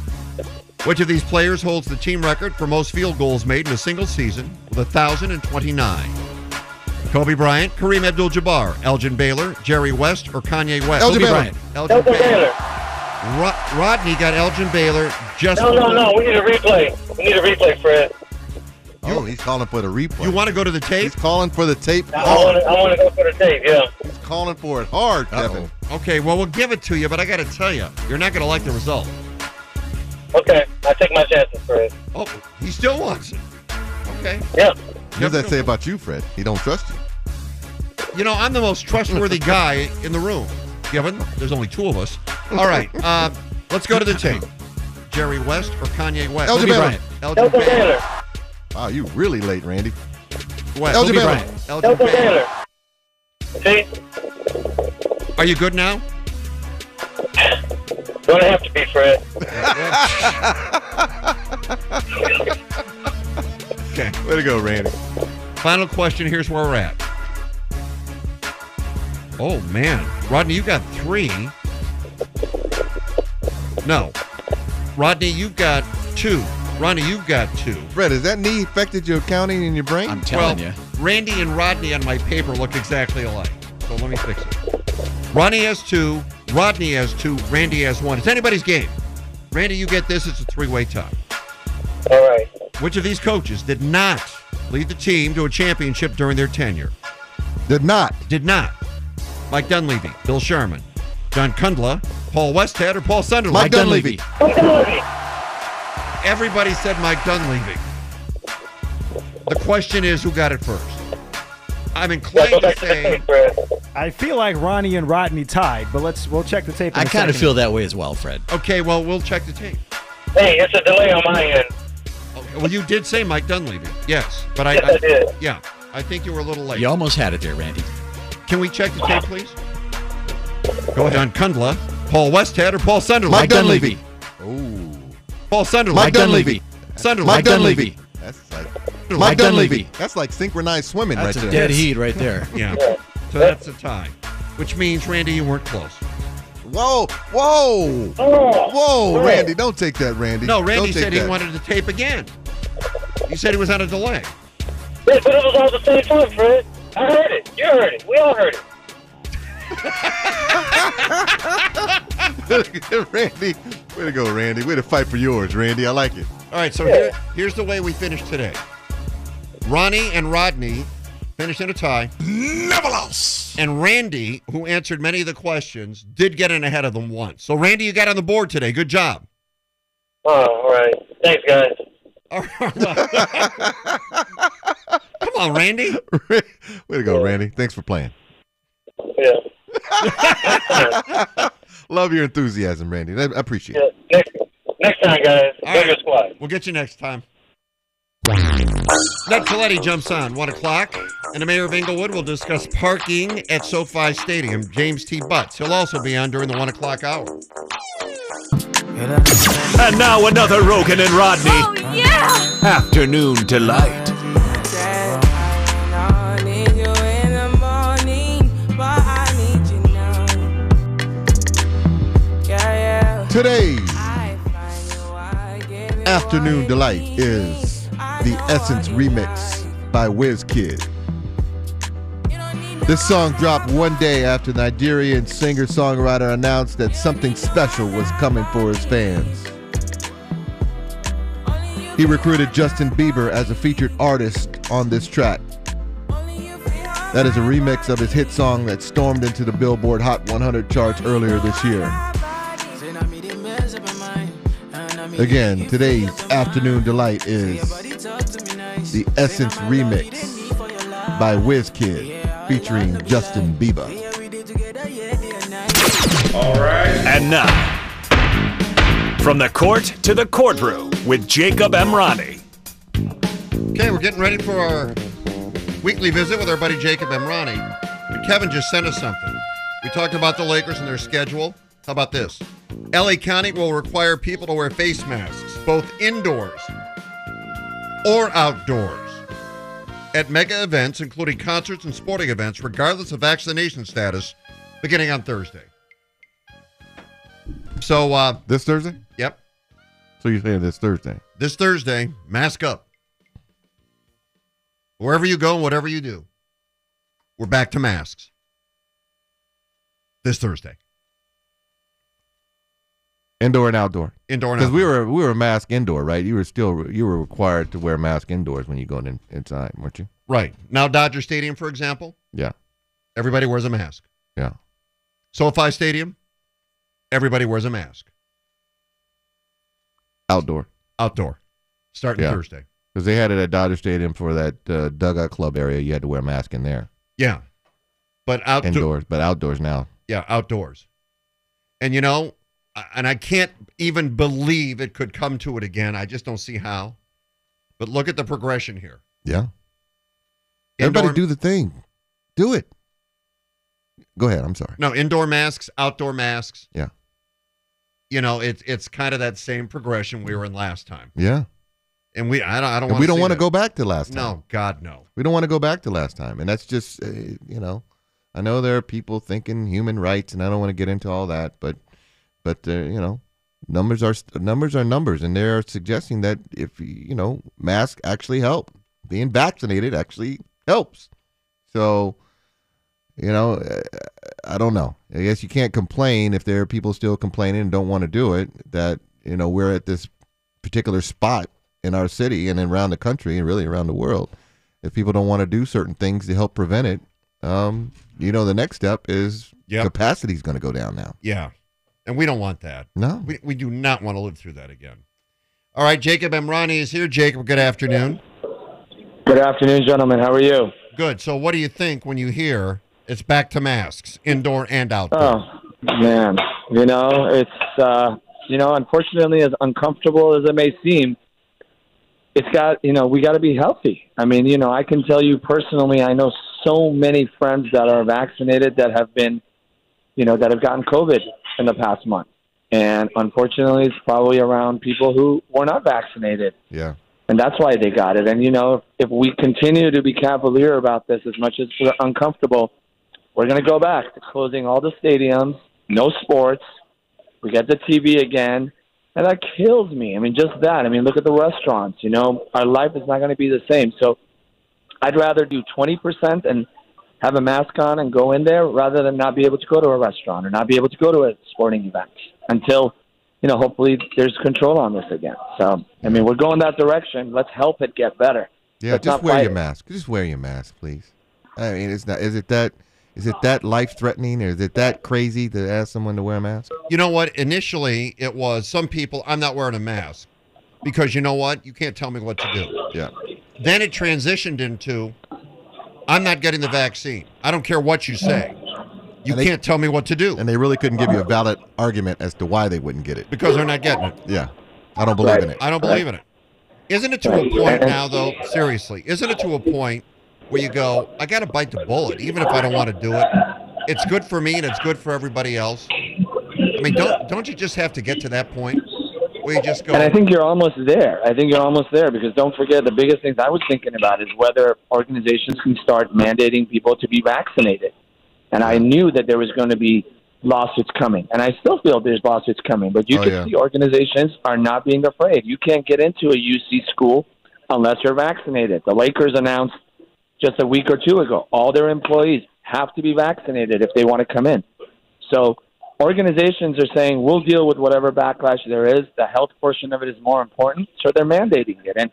[SPEAKER 9] Which of these players holds the team record for most field goals made in a single season with 1,029? Kobe Bryant, Kareem Abdul Jabbar, Elgin Baylor, Jerry West, or Kanye West?
[SPEAKER 3] Elgin Baylor.
[SPEAKER 4] Bryant.
[SPEAKER 9] Elgin
[SPEAKER 6] Elton Baylor.
[SPEAKER 9] Ro- Rodney got Elgin Baylor just.
[SPEAKER 6] No, no, no. We need a replay. We need a replay, Fred.
[SPEAKER 3] Oh, he's calling for the replay.
[SPEAKER 9] You want to go to the tape?
[SPEAKER 3] he's calling for the tape.
[SPEAKER 6] I
[SPEAKER 3] hard.
[SPEAKER 6] want to. I want to go for the tape. Yeah.
[SPEAKER 3] He's calling for it hard, Kevin.
[SPEAKER 9] Okay, well, we'll give it to you, but I got to tell you, you're not going to like the result.
[SPEAKER 6] Okay. I take my chances, Fred.
[SPEAKER 9] Oh, he still wants it. Okay.
[SPEAKER 6] Yeah.
[SPEAKER 3] What does that say about you, Fred? He don't trust you.
[SPEAKER 9] You know, I'm the most
[SPEAKER 3] *laughs*
[SPEAKER 9] trustworthy guy in the room. Given there's only two of us. All right, uh, let's go to the tape. Jerry West or Kanye West?
[SPEAKER 3] Elgin
[SPEAKER 9] Kobe
[SPEAKER 3] Baylor.
[SPEAKER 9] Bryant. Elgin
[SPEAKER 6] Elton
[SPEAKER 9] Baylor.
[SPEAKER 6] Baylor.
[SPEAKER 3] Wow, you really late, Randy.
[SPEAKER 9] West.
[SPEAKER 3] Elgin
[SPEAKER 9] Kobe
[SPEAKER 3] Baylor.
[SPEAKER 9] Bryant. Elgin
[SPEAKER 6] Elton
[SPEAKER 9] Baylor.
[SPEAKER 6] Baylor. See,
[SPEAKER 9] Are you good now?
[SPEAKER 6] don't have to be Fred.
[SPEAKER 9] Okay.
[SPEAKER 3] Way to go, Randy.
[SPEAKER 9] Final question. Here's where we're at. Oh man, Rodney, you got three. No, Rodney, you've got two. Ronnie, you've got two.
[SPEAKER 3] Fred, has that knee affected your accounting in your brain?
[SPEAKER 4] I'm telling
[SPEAKER 9] well,
[SPEAKER 4] you.
[SPEAKER 9] Randy and Rodney on my paper look exactly alike. So let me fix it. Ronnie has two, Rodney has two, Randy has one. It's anybody's game. Randy, you get this. It's a three way tie.
[SPEAKER 6] All right.
[SPEAKER 9] Which of these coaches did not lead the team to a championship during their tenure?
[SPEAKER 3] Did not.
[SPEAKER 9] Did not. Mike Dunleavy, Bill Sherman, John Kundla, Paul Westhead, or Paul Sunderland?
[SPEAKER 3] Mike Dunleavy.
[SPEAKER 6] Come on.
[SPEAKER 9] Everybody said Mike Dunleavy. The question is who got it first? I'm
[SPEAKER 6] Yeah, go
[SPEAKER 9] inclined to
[SPEAKER 6] back to the
[SPEAKER 9] say
[SPEAKER 6] tape, Fred.
[SPEAKER 8] I feel like Ronnie and Rodney tied, but let's we'll check the tape. in
[SPEAKER 4] I
[SPEAKER 8] a
[SPEAKER 4] kind of
[SPEAKER 8] second.
[SPEAKER 4] feel that way as well, Fred.
[SPEAKER 9] Okay, well, we'll check the tape.
[SPEAKER 6] Hey, it's a delay on my end.
[SPEAKER 9] Okay, well, you did say Mike Dunleavy. Yes, but I,
[SPEAKER 6] Yes, I did.
[SPEAKER 9] yeah, I think you were a little late.
[SPEAKER 4] You almost had it there, Randy.
[SPEAKER 9] Can we check the tape, please? Go ahead. John Kundla, Paul Westhead, or Paul Sunderland?
[SPEAKER 3] Mike Dunleavy.
[SPEAKER 9] Paul Sunderland.
[SPEAKER 3] Mike Dunleavy.
[SPEAKER 9] Sunderland.
[SPEAKER 3] Mike Dunleavy. That's like Mike
[SPEAKER 4] Dunleavy.
[SPEAKER 3] Dunleavy. That's like synchronized swimming
[SPEAKER 4] That's
[SPEAKER 3] right
[SPEAKER 4] a
[SPEAKER 3] there.
[SPEAKER 4] dead heat right there.
[SPEAKER 9] Yeah. So that's a tie, which means Randy, you weren't close.
[SPEAKER 3] Whoa, whoa,
[SPEAKER 6] Oh,
[SPEAKER 3] whoa,
[SPEAKER 6] Fred.
[SPEAKER 3] Randy! Don't take that, Randy.
[SPEAKER 9] No, Randy
[SPEAKER 3] Don't take
[SPEAKER 9] said he
[SPEAKER 3] that.
[SPEAKER 9] wanted to tape again. He said he was on a delay.
[SPEAKER 6] Yeah, but it was all the same time, Fred. I heard it. You heard it. We all heard it.
[SPEAKER 3] *laughs* Randy, way to go, Randy. Way to fight for yours, Randy. I like it. *laughs*
[SPEAKER 9] All right, so here, here's the way we finish today. Ronnie and Rodney finished in a tie. Never lost. And Randy, who answered many of the questions, did get in ahead of them once. So Randy, you got on the board today. Good job. *laughs*
[SPEAKER 6] Oh, all right. Thanks, guys.
[SPEAKER 9] All right. Come on, Randy.
[SPEAKER 3] way to go, Randy. Thanks for playing.
[SPEAKER 6] Yeah.
[SPEAKER 3] Love your enthusiasm, Randy. I I appreciate
[SPEAKER 6] yeah.
[SPEAKER 3] it.
[SPEAKER 6] Next, next time, guys.
[SPEAKER 9] All
[SPEAKER 6] Bigger
[SPEAKER 9] right.
[SPEAKER 6] squad.
[SPEAKER 9] We'll get you next time. Ned Coletti jumps on one o'clock, and the mayor of Inglewood will discuss parking at SoFi Stadium. James T. Butts. He'll also be on during the one o'clock hour.
[SPEAKER 1] And now another Rogan and Rodney
[SPEAKER 12] yeah!
[SPEAKER 1] afternoon delight.
[SPEAKER 12] I need you in the morning, but I need you now. Yeah, yeah.
[SPEAKER 3] Today's
[SPEAKER 12] I find you, I give you
[SPEAKER 3] afternoon
[SPEAKER 12] what
[SPEAKER 3] delight
[SPEAKER 12] you
[SPEAKER 3] is
[SPEAKER 12] need. I
[SPEAKER 3] the
[SPEAKER 12] know
[SPEAKER 3] Essence
[SPEAKER 12] what you
[SPEAKER 3] remix
[SPEAKER 12] like.
[SPEAKER 3] by Wiz Kid.
[SPEAKER 12] You don't need
[SPEAKER 3] This
[SPEAKER 12] no
[SPEAKER 3] song dropped
[SPEAKER 12] other
[SPEAKER 3] one day after Nigerian singer-songwriter announced that something special was coming for his fans.
[SPEAKER 12] one. Only you
[SPEAKER 3] He
[SPEAKER 12] feel
[SPEAKER 3] recruited
[SPEAKER 12] high,
[SPEAKER 3] Justin Bieber as a featured artist on this track.
[SPEAKER 12] only you feel high.
[SPEAKER 3] That is a remix of his hit song that stormed into the Billboard Hot 100 charts earlier this year. Again, today's afternoon delight is the Essence remix by WizKid featuring Justin Bieber.
[SPEAKER 1] And now, from the court to the courtroom with Jacob M. Ronnie.
[SPEAKER 9] Okay, we're getting ready for our weekly visit with our buddy Jacob Emrani. But Kevin just sent us something. We talked about the Lakers and their schedule. How about this? LA County will require people to wear face masks, both indoors or outdoors, at mega events, including concerts and sporting events, regardless of vaccination status, beginning on Thursday. So, uh,
[SPEAKER 3] This Thursday?
[SPEAKER 9] yep,
[SPEAKER 3] So you're saying this Thursday?
[SPEAKER 9] this Thursday, mask up. Wherever you go, whatever you do, we're back to masks this Thursday.
[SPEAKER 3] Indoor and outdoor.
[SPEAKER 9] Indoor and
[SPEAKER 3] Because we were we were mask indoor, right? You were still you were required to wear mask indoors when you going in, inside, weren't you?
[SPEAKER 9] Right. Now, Dodger Stadium, for example,
[SPEAKER 3] Yeah,
[SPEAKER 9] everybody wears a mask.
[SPEAKER 3] yeah.
[SPEAKER 9] SoFi Stadium, everybody wears a mask.
[SPEAKER 3] Outdoor.
[SPEAKER 9] Outdoor, starting
[SPEAKER 3] Yeah.
[SPEAKER 9] Thursday.
[SPEAKER 3] Because they had it at Dodger Stadium for that uh, dugout club area. You had to wear a mask in there.
[SPEAKER 9] Yeah. But outdoor.
[SPEAKER 3] Indoors, but outdoors now.
[SPEAKER 9] Yeah, outdoors. And you know, I- and I can't even believe it could come to it again. I just don't see how. But look at the progression here.
[SPEAKER 3] Yeah. Everybody
[SPEAKER 9] Indoor-
[SPEAKER 3] do the thing. Do it. Go ahead. I'm sorry.
[SPEAKER 9] No, indoor masks, outdoor masks.
[SPEAKER 3] Yeah.
[SPEAKER 9] You know, it's it's kind of that same progression we were in last time.
[SPEAKER 3] Yeah.
[SPEAKER 9] And we I don't I don't
[SPEAKER 3] And
[SPEAKER 9] wanna
[SPEAKER 3] we don't
[SPEAKER 9] see
[SPEAKER 3] want to
[SPEAKER 9] that.
[SPEAKER 3] go back to last time.
[SPEAKER 9] No, God no.
[SPEAKER 3] We don't want to go back to last time. And that's just, uh, you know, I know there are people thinking human rights, and I don't want to get into all that, but, but uh, you know, numbers are numbers are numbers, and they're suggesting that if you know, masks actually help. Being vaccinated actually helps. So, you know, uh, I don't know. I guess you can't complain if there are people still complaining and don't want to do it. That you know we're at this particular spot in our city and then around the country and really around the world. If people don't want to do certain things to help prevent it, um, you know, the next step is
[SPEAKER 9] Yep.
[SPEAKER 3] capacity is going to go down now.
[SPEAKER 9] Yeah. And we don't want that.
[SPEAKER 3] No.
[SPEAKER 9] We, we do not want to live through that again. All right, Jacob Emrani is here. Jacob, good afternoon.
[SPEAKER 6] Good afternoon, gentlemen. How are you?
[SPEAKER 9] Good. So what do you think when you hear it's back to masks, indoor and outdoor?
[SPEAKER 6] Oh man, you know it's uh, you know unfortunately as uncomfortable as it may seem, it's got you know we got to be healthy. I mean you know I can tell you personally I know so many friends that are vaccinated that have been you know that have gotten COVID in the past month, and unfortunately it's probably around people who were not vaccinated
[SPEAKER 3] Yeah.
[SPEAKER 6] and that's why they got it. And you know, if we continue to be cavalier about this, as much as we're uncomfortable, we're going to go back to closing all the stadiums, no sports. We get the TV again, and that kills me. I mean, just that. I mean, look at the restaurants. You know, our life is not going to be the same. So, I'd rather do twenty percent and have a mask on and go in there rather than not be able to go to a restaurant or not be able to go to a sporting event until you know, hopefully there's control on this again. So, I mean, we're going that direction. Let's help it get better.
[SPEAKER 3] Yeah,
[SPEAKER 6] Let's
[SPEAKER 3] just
[SPEAKER 6] not
[SPEAKER 3] wear
[SPEAKER 6] fight
[SPEAKER 3] your
[SPEAKER 6] it.
[SPEAKER 3] mask. Just wear your mask, please. I mean, it's not. Is it that? Is it that life threatening, or is it that crazy to ask someone to wear a mask?
[SPEAKER 9] You know what? Initially, it was some people, I'm not wearing a mask because you know what? You can't tell me what to do.
[SPEAKER 3] Yeah.
[SPEAKER 9] Then it transitioned into, I'm not getting the vaccine. I don't care what you say. You
[SPEAKER 3] And they-
[SPEAKER 9] can't tell me what to do
[SPEAKER 3] And they really couldn't give you a valid argument as to why they wouldn't get it.
[SPEAKER 9] because they're not getting it.
[SPEAKER 3] Yeah. I don't believe in it.
[SPEAKER 9] I don't believe in it. Isn't it to a point now, though? Seriously, isn't it to a point where you go, I got to bite the bullet, even if I don't want to do it? It's good for me and it's good for everybody else. I mean, don't don't you just have to get to that point where you just go,
[SPEAKER 6] And I think you're almost there. I think you're almost there because don't forget the biggest things I was thinking about is whether organizations can start mandating people to be vaccinated. And I knew that there was going to be lawsuits coming, and I still feel there's lawsuits coming. But you
[SPEAKER 3] Oh,
[SPEAKER 6] can
[SPEAKER 3] yeah.
[SPEAKER 6] see organizations are not being afraid. You can't get into a UC school unless you're vaccinated. The Lakers announced just a week or two ago all their employees have to be vaccinated if they want to come in. So organizations are saying we'll deal with whatever backlash there is. The health portion of it is more important, so they're mandating it. And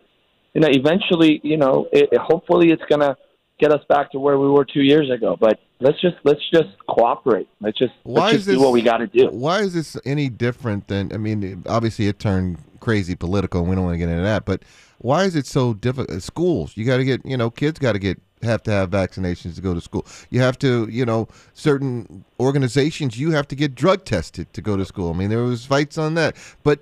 [SPEAKER 6] you know, eventually, you know, it, it- hopefully, it's going to get us back to where we were two years ago. But let's just let's just cooperate. Let's just let's just do what we got to do.
[SPEAKER 3] Why is this any different than? I mean, it- obviously it turned crazy political, and we don't want to get into that. But why is it so difficult? Schools, you got to get, you know, kids got to get have to have vaccinations to go to school. You have to, you know, certain organizations, you have to get drug tested to go to school. I mean, there was fights on that, but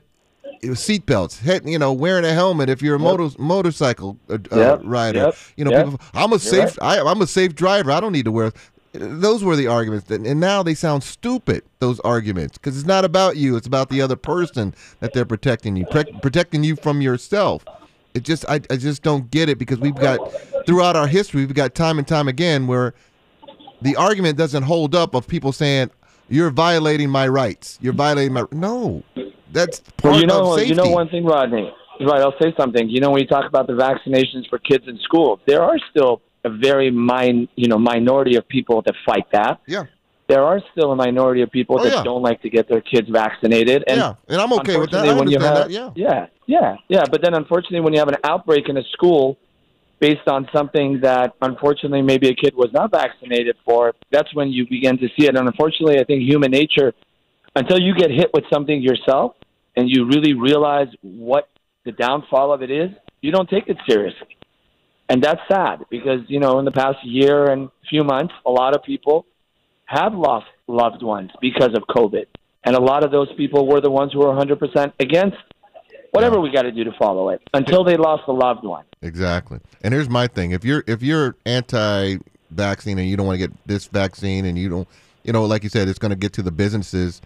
[SPEAKER 3] it was seatbelts, head, you know, wearing a helmet if you're a motor, motorcycle uh, uh,
[SPEAKER 6] Yep,
[SPEAKER 3] rider.
[SPEAKER 6] yep,
[SPEAKER 3] You know,
[SPEAKER 6] yep.
[SPEAKER 3] people, I'm a
[SPEAKER 6] You're
[SPEAKER 3] safe,
[SPEAKER 6] right.
[SPEAKER 3] I, I'm a safe driver. I don't need to wear. Those were the arguments, that, and now they sound stupid. Those arguments, because it's not about you; it's about the other person that they're protecting you, pre- protecting you from yourself. It just, I, I just don't get it because we've got throughout our history, we've got time and time again where the argument doesn't hold up of people saying you're violating my rights, you're violating my. No, that's part
[SPEAKER 6] Well, you know,
[SPEAKER 3] of safety.
[SPEAKER 6] you know one thing, Rodney. Right, I'll say something. You know, when you talk about the vaccinations for kids in school, there are still a very min, you know, minority of people that fight that.
[SPEAKER 3] Yeah.
[SPEAKER 6] There are still a minority of people
[SPEAKER 3] Oh,
[SPEAKER 6] that
[SPEAKER 3] yeah.
[SPEAKER 6] don't like to get their kids vaccinated. And
[SPEAKER 3] yeah, and I'm okay with that. I
[SPEAKER 6] unfortunately, when you
[SPEAKER 3] understand
[SPEAKER 6] have-
[SPEAKER 3] that. Yeah.
[SPEAKER 6] Yeah, yeah, yeah. But then, unfortunately, when you have an outbreak in a school based on something that unfortunately maybe a kid was not vaccinated for, that's when you begin to see it. And unfortunately, I think human nature, until you get hit with something yourself and you really realize what the downfall of it is, you don't take it seriously. And that's sad because, you know, in the past year and few months, a lot of people have lost loved ones because of COVID. And a lot of those people were the ones who were 100% against whatever we got to do to follow it until they lost a loved one.
[SPEAKER 3] Exactly. And here's my thing: if you're if you're anti-vaccine and you don't want to get this vaccine, and you don't, you know, like you said, it's going to get to the businesses.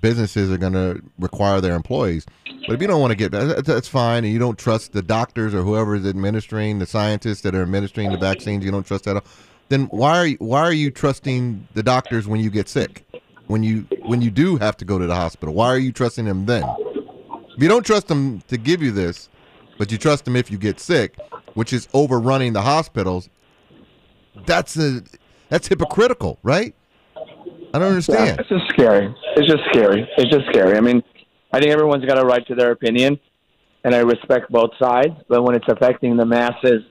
[SPEAKER 3] Businesses are going to require their employees. But if you don't want to get that, that's fine, and you don't trust the doctors or whoever is administering the scientists that are administering the vaccines, you don't trust that. at all, Then why are you, why are you trusting the doctors when you get sick? When you when you do have to go to the hospital, why are you trusting them then? If you don't trust them to give you this, but you trust them if you get sick, which is overrunning the hospitals, that's a that's hypocritical, right? I don't understand.
[SPEAKER 6] Yeah, it's just scary. It's just scary. It's just scary. I mean, I think everyone's got a right to their opinion, and I respect both sides. But when it's affecting the masses,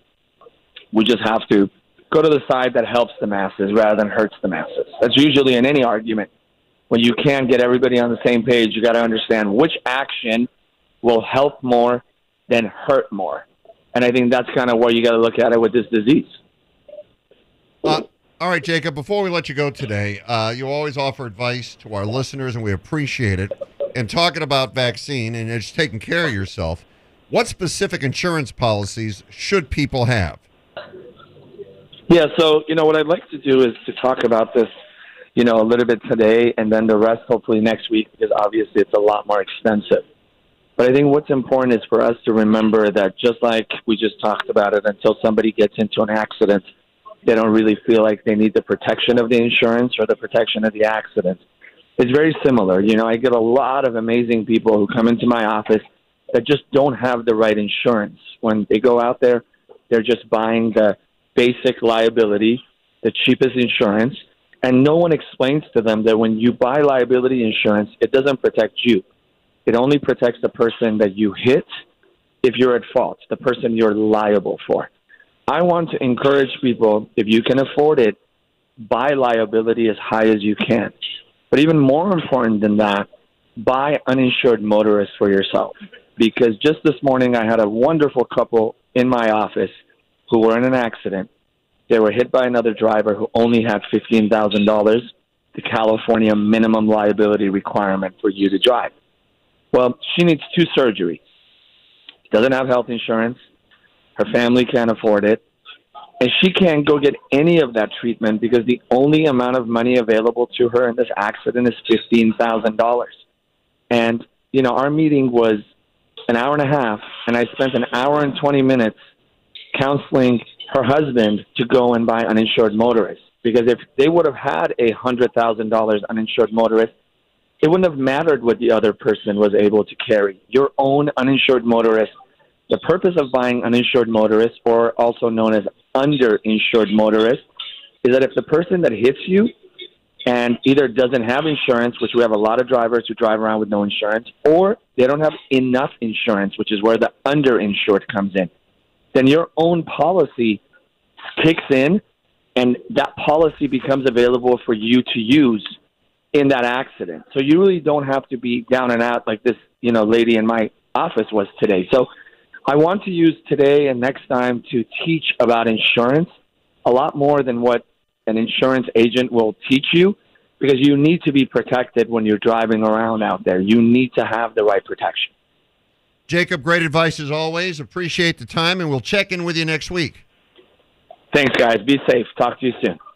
[SPEAKER 6] we just have to go to the side that helps the masses rather than hurts the masses. That's usually in any argument. When you can get everybody on the same page, you got to understand which action will help more than hurt more. And I think that's kind of where you got to look at it with this disease.
[SPEAKER 9] All right, Jacob, before we let you go today, uh, you always offer advice to our listeners, and we appreciate it. And talking about vaccine and just taking care of yourself, what specific insurance policies should people have?
[SPEAKER 6] Yeah, so you know what I'd like to do is to talk about this, you know, a little bit today, and then the rest hopefully next week because obviously it's a lot more expensive. But I think what's important is for us to remember that just like we just talked about it, until somebody gets into an accident, they don't really feel like they need the protection of the insurance or the protection of the accident. It's very similar. You know, I get a lot of amazing people who come into my office that just don't have the right insurance. When they go out there, they're just buying the basic liability, the cheapest insurance, and no one explains to them that when you buy liability insurance, it doesn't protect you. It only protects the person that you hit if you're at fault, the person you're liable for. I want to encourage people, if you can afford it, buy liability as high as you can. But even more important than that, buy uninsured motorists for yourself. Because just this morning, I had a wonderful couple in my office who were in an accident. They were hit by another driver who only had $15,000, the California minimum liability requirement for you to drive. Well, she needs two surgeries. Doesn't have health insurance. Her family can't afford it. And she can't go get any of that treatment because the only amount of money available to her in this accident is $15,000. And, you know, our meeting was an hour and a half, and I spent an hour and 20 minutes counseling her husband to go and buy uninsured motorists because if they would have had a hundred thousand dollars uninsured motorist, it wouldn't have mattered what the other person was able to carry. Your own uninsured motorist. The purpose of buying uninsured motorist, or also known as underinsured motorist, is that if the person that hits you and either doesn't have insurance, which we have a lot of drivers who drive around with no insurance, or they don't have enough insurance, which is where the underinsured comes in then your own policy kicks in, and that policy becomes available for you to use in that accident. So you really don't have to be down and out like this, you know, lady in my office was today. So I want to use today and next time to teach about insurance a lot more than what an insurance agent will teach you because you need to be protected when you're driving around out there. You need to have the right protection.
[SPEAKER 9] Jacob, great advice as always. Appreciate the time, and we'll check in with you next week.
[SPEAKER 6] Thanks, guys. Be safe. Talk to you soon.